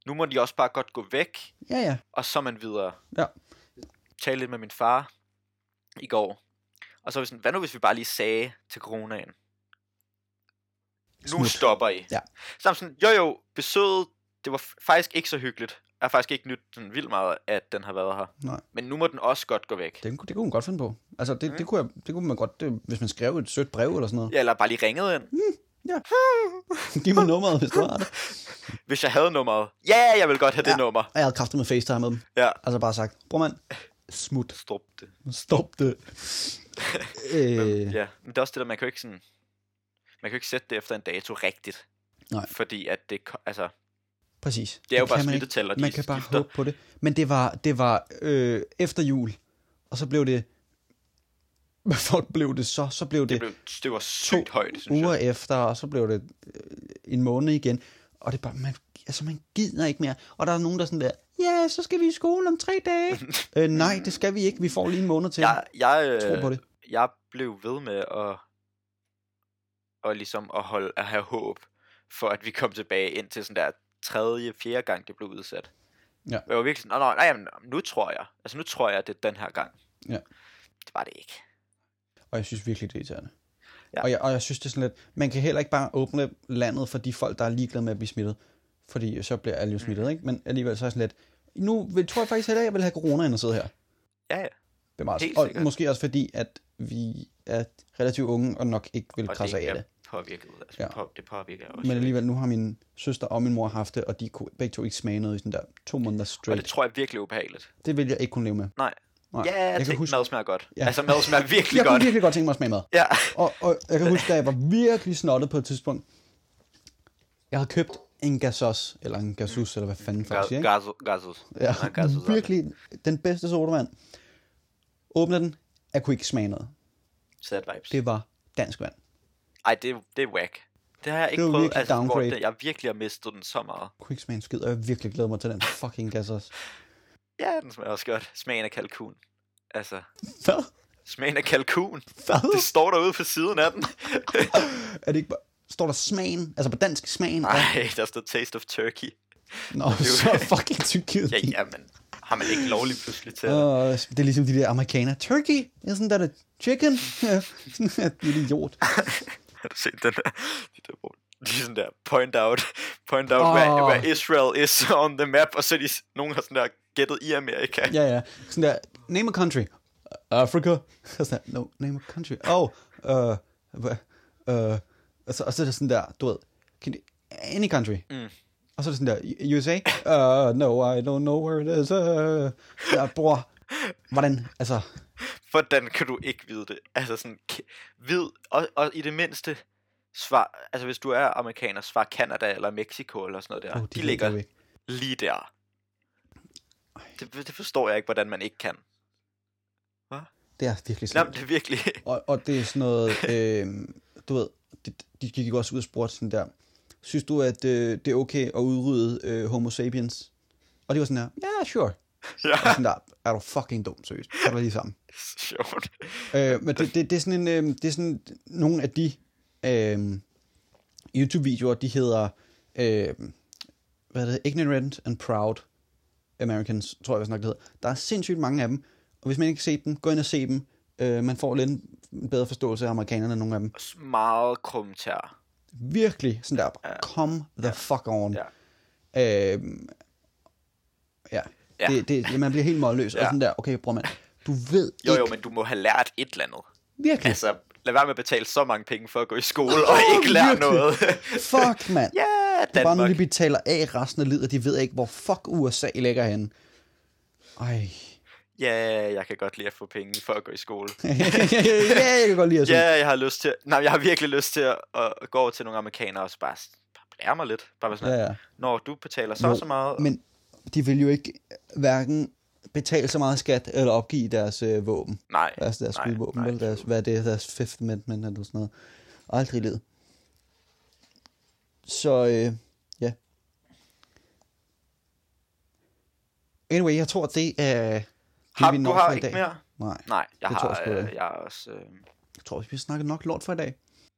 nu må de også bare godt gå væk,
Ja, ja.
og så er man videre.
Ja.
Talte lidt med min far i går, og så er vi sådan, hvad nu hvis vi bare lige sagde til coronaen? Nu
Smut.
stopper I.
Ja.
Så er man sådan, jo jo, besøget, det var f- faktisk ikke så hyggeligt. Jeg har faktisk ikke nyt den vildt meget, at den har været her.
Nej.
Men nu må den også godt gå væk.
Det, kunne- det kunne hun godt finde på. Altså, det,
Mm.
det, kunne, jeg, det kunne man godt, det, hvis man skrev et sødt brev eller sådan noget.
Ja, eller bare lige ringede ind.
Mm. Giv mig nummeret, hvis du har det.
hvis jeg havde nummeret. Ja, jeg vil godt have ja.
Ja.
det nummer.
Og jeg havde kraftet med FaceTime med dem.
Ja.
Altså bare sagt, bror mand, smut,
Strup det.
stop det. øh,
Ja, men det er også det der, man kan jo ikke sådan... Man kan jo ikke sætte det efter en dato rigtigt.
Nej.
Fordi at det... ko- Altså,
Præcis.
Det er jo bare
kan man ikke.
smittetal, og de
Man kan bare
skifter.
håbe på det. Men det var, det var øh, efter jul, og så blev det... Hvor blev det så? Så blev det,
det, blev, det var sygt højt, synes
uger
jeg.
efter, og så blev det øh, en måned igen. Og det er bare, man, altså man gider ikke mere. Og der er nogen, der sådan der, ja, yeah, så skal vi i skole om tre dage. øh, nej, det skal vi ikke. Vi får lige en måned til.
Jeg, jeg, øh,
Tro på det.
jeg blev ved med at, og ligesom at, holde, at have håb for, at vi kom tilbage ind til sådan der tredje, fjerde gang, det blev udsat.
Ja.
Jeg var virkelig sådan, nej, nej, jamen, nu tror jeg. Altså nu tror jeg, det er den her gang.
Ja.
Det var det ikke.
Og jeg synes virkelig, det er irriterende.
Ja.
Ja. Og, jeg, og jeg synes, det er sådan lidt, man kan heller ikke bare åbne landet for de folk, der er ligeglade med at blive smittet. Fordi så bliver alle jo
Mm.
smittet, ikke? Men alligevel så er jeg sådan lidt, nu vil, tror jeg faktisk heller, jeg vil have corona, end at sidde her.
Ja, ja.
Det er meget,
Helt
og
sikkert.
måske også fordi, at vi er relativt unge, og nok ikke vil
Og
krasse af
det
af
er
det.
påvirket. Altså,
Ja.
ja. på, det påvirker også.
Men alligevel, nu har min søster og min mor haft det, og de kunne begge to ikke smage noget i sådan der to måneder
og
straight.
det tror jeg er virkelig ubehageligt.
Det vil jeg ikke kunne leve med.
Nej.
Nej,
Ja, jeg, jeg kan huske. mad smager godt. Ja.
Ja.
Altså mad smager virkelig
Jeg
godt.
kunne virkelig godt tænke mig at smage mad.
Ja.
Og, og jeg kan huske, da jeg var virkelig snottet på et tidspunkt. Jeg havde købt en gasos, eller en gasus, eller hvad fanden folk siger, ikke?
Gasus. Gasus.
Ja,
Nej, gasus er det.
virkelig den bedste sodavand. Åbner den, jeg kunne ikke smage noget.
Sad vibes.
Det var dansk vand. Jeg
Ej, det, er- det er whack. Det har jeg ikke
Det var
prøvet,
virkelig
altså, hvor
downgrade.
det, jeg virkelig har mistet den så meget.
kunne ikke smage en skid, og jeg virkelig glæder mig til den fucking gasos.
Ja, den smager også godt. Smagen af kalkun. Altså,
Hvad?
smagen af kalkun.
Hvad?
Det står derude på siden af den.
Er det ikke bare... Står der smagen? Altså på dansk smagen?
Nej, der står Taste of Turkey.
Nå, så er fucking Tyrkiet.
Ja, jamen, har man ikke lovligt pludselig til. Uh.
Og det er ligesom de der amerikanere. Turkey, isn't that a chicken? Ja, sådan en idiot.
Har du set den der? De der, hvor de er sådan der, point out, point out, oh. where,
Åh.
where Israel is on the map, og så er de, s- nogen har sådan der gættet i Amerika. Ja.
Ja, ja. Sådan der, name a country. Uh, Africa. Så sådan der, no, name a country. Oh, uh, hva- uh, og, så, og så er det sådan der, du ved, can you, any country. Mm. Og så er det sådan der, USA? Uh, no, I don't know where it is. Uh, ja, bror. Hvordan, altså,
Hvordan kan du ikke vide det? Altså sådan, k- vid, og, og i det mindste, svar, altså hvis du er amerikaner, svar Kanada eller Mexico eller sådan noget der.
oh,
Oh,
de, ved
de, de
det
ligger
jo ikke.
lige der. Det, det forstår jeg ikke, hvordan man ikke kan.
Det er virkelig slemt.
Jamen, det er virkelig...
Og, og det er sådan noget, øh, du ved, de, de gik jo også ud og spurgte sådan der, synes du, at øh, det er okay at udrydde øh, homo sapiens? Og det var sådan der, ja, yeah, sure.
ja,
Og sådan der, er du fucking dum, seriøst? Er du lige sammen?
sjovt.
Øh, men det, det, det, er sådan en, øh, det er sådan nogle af de øh, YouTube-videoer, de hedder, øh, hvad er det, Ignorant and Proud Americans, tror jeg, vist nok det hedder. Der er sindssygt mange af dem, og hvis man ikke har set dem, gå ind og se dem. Øh, man får lidt en bedre forståelse af amerikanerne end nogle af dem.
S- Meget kommentar.
Virkelig sådan der, ja. come the fuck on.
Ja.
Ja. Øhm, ja.
Ja.
ja. Det, det, man bliver helt målløs, ja. og
Ja.
sådan der, okay, bror mand, du ved
Jo,
ikke,
jo, men du må have lært et eller andet.
virkelig,
Altså, lad være med at betale så mange penge for at gå i skole og ikke lære
virkelig.
noget.
fuck mand.
ja,
Det er bare nu,
Danmark.
de betaler af resten af livet, og de ved ikke, hvor fuck USA ligger henne. Ej.
Ja, jeg kan godt lide at få penge for at gå i skole.
ja, jeg kan godt lide at se.
Ja, jeg har lyst til... at- Nej, jeg har virkelig lyst til at, at gå over til nogle amerikanere og så bare, bare blære mig lidt. Bare være sådan,
Ja,
ja,
ja.
ja. når du betaler så
Jo,
og så meget...
Men de vil jo ikke hverken betale så meget skat, eller opgive deres øh, våben.
nej,
Deres, deres
nej,
skydevåben,
nej.
vel? Deres, hvad er det? Deres Fifth Amendment eller sådan noget. Aldrig i livet. Så, øh, ja. Anyway, jeg tror, det er... Det,
Har,
vi
du
når
har
for i
ikke
dag.
mere?
Nej,
Nej, jeg
Det
har,
tror jeg sgu,
jeg,
jeg
øh,
er.
jeg har også... Øh...
jeg tror, vi har snakket nok lort for i dag.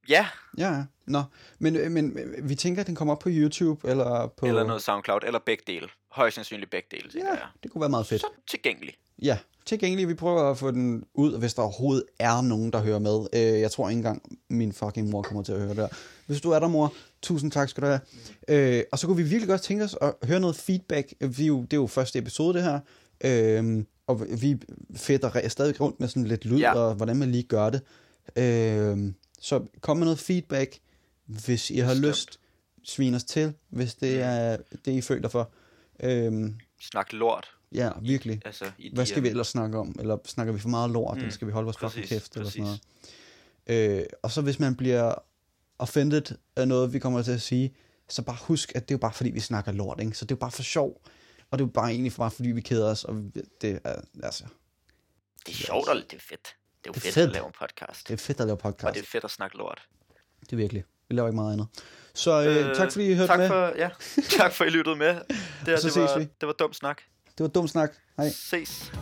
Ja,
Ja, ja. Nå, men, øh, men øh, vi tænker, at den kommer op på YouTube eller på...
eller noget SoundCloud, eller begge dele. Højst sandsynligt begge dele, tænker
Ja,
jeg.
det kunne være meget fedt.
Så tilgængelig.
Ja, tilgængelig. Vi prøver at få den ud, hvis der overhovedet er nogen, der hører med. Øh, jeg tror ikke engang, min fucking mor kommer til at høre det her. Hvis du er der, mor, tusind tak skal du have. Øh, og så kunne vi virkelig godt tænke os at høre noget feedback. Vi er jo, det er jo første episode, det her. Øh, og vi fedter re- stadig rundt med sådan lidt lyd,
Ja.
ja. og hvordan man lige gør det. Øh, så kom med noget feedback, hvis I har
Bestemt. Mm.
lyst. Svin os til, hvis det er det, I føler for. Øh,
Snak lort.
ja, virkelig.
Altså, i
Hvad
de,
skal vi
øh,
ellers snakke om? Eller snakker vi for meget lort, mm, eller skal vi holde vores fucking
præcis,
kæft? Eller sådan
præcis.
noget? Øh, og så hvis man bliver offended af noget, vi kommer til at sige, så bare husk, at det er jo bare fordi, vi snakker lort, ikke? Så det er jo bare for sjov, og det er jo bare egentlig bare fordi, vi keder os, og vi- det er, altså,
Det er sjovt, og det er fedt. Det er jo
Det er
fedt,
fedt.
at lave en podcast.
det er fedt at lave
Og
podcast.
det er
Det,
fedt at snakke lort.
det er virkelig. Vi laver ikke meget andet. Så øh, øh, tak fordi I hørte
tak
med.
For, ja, tak for, I lyttede med. Det, her,
Så
det, var,
ses vi.
det var dum snak.
Det var dum snak. Hej.
Ses.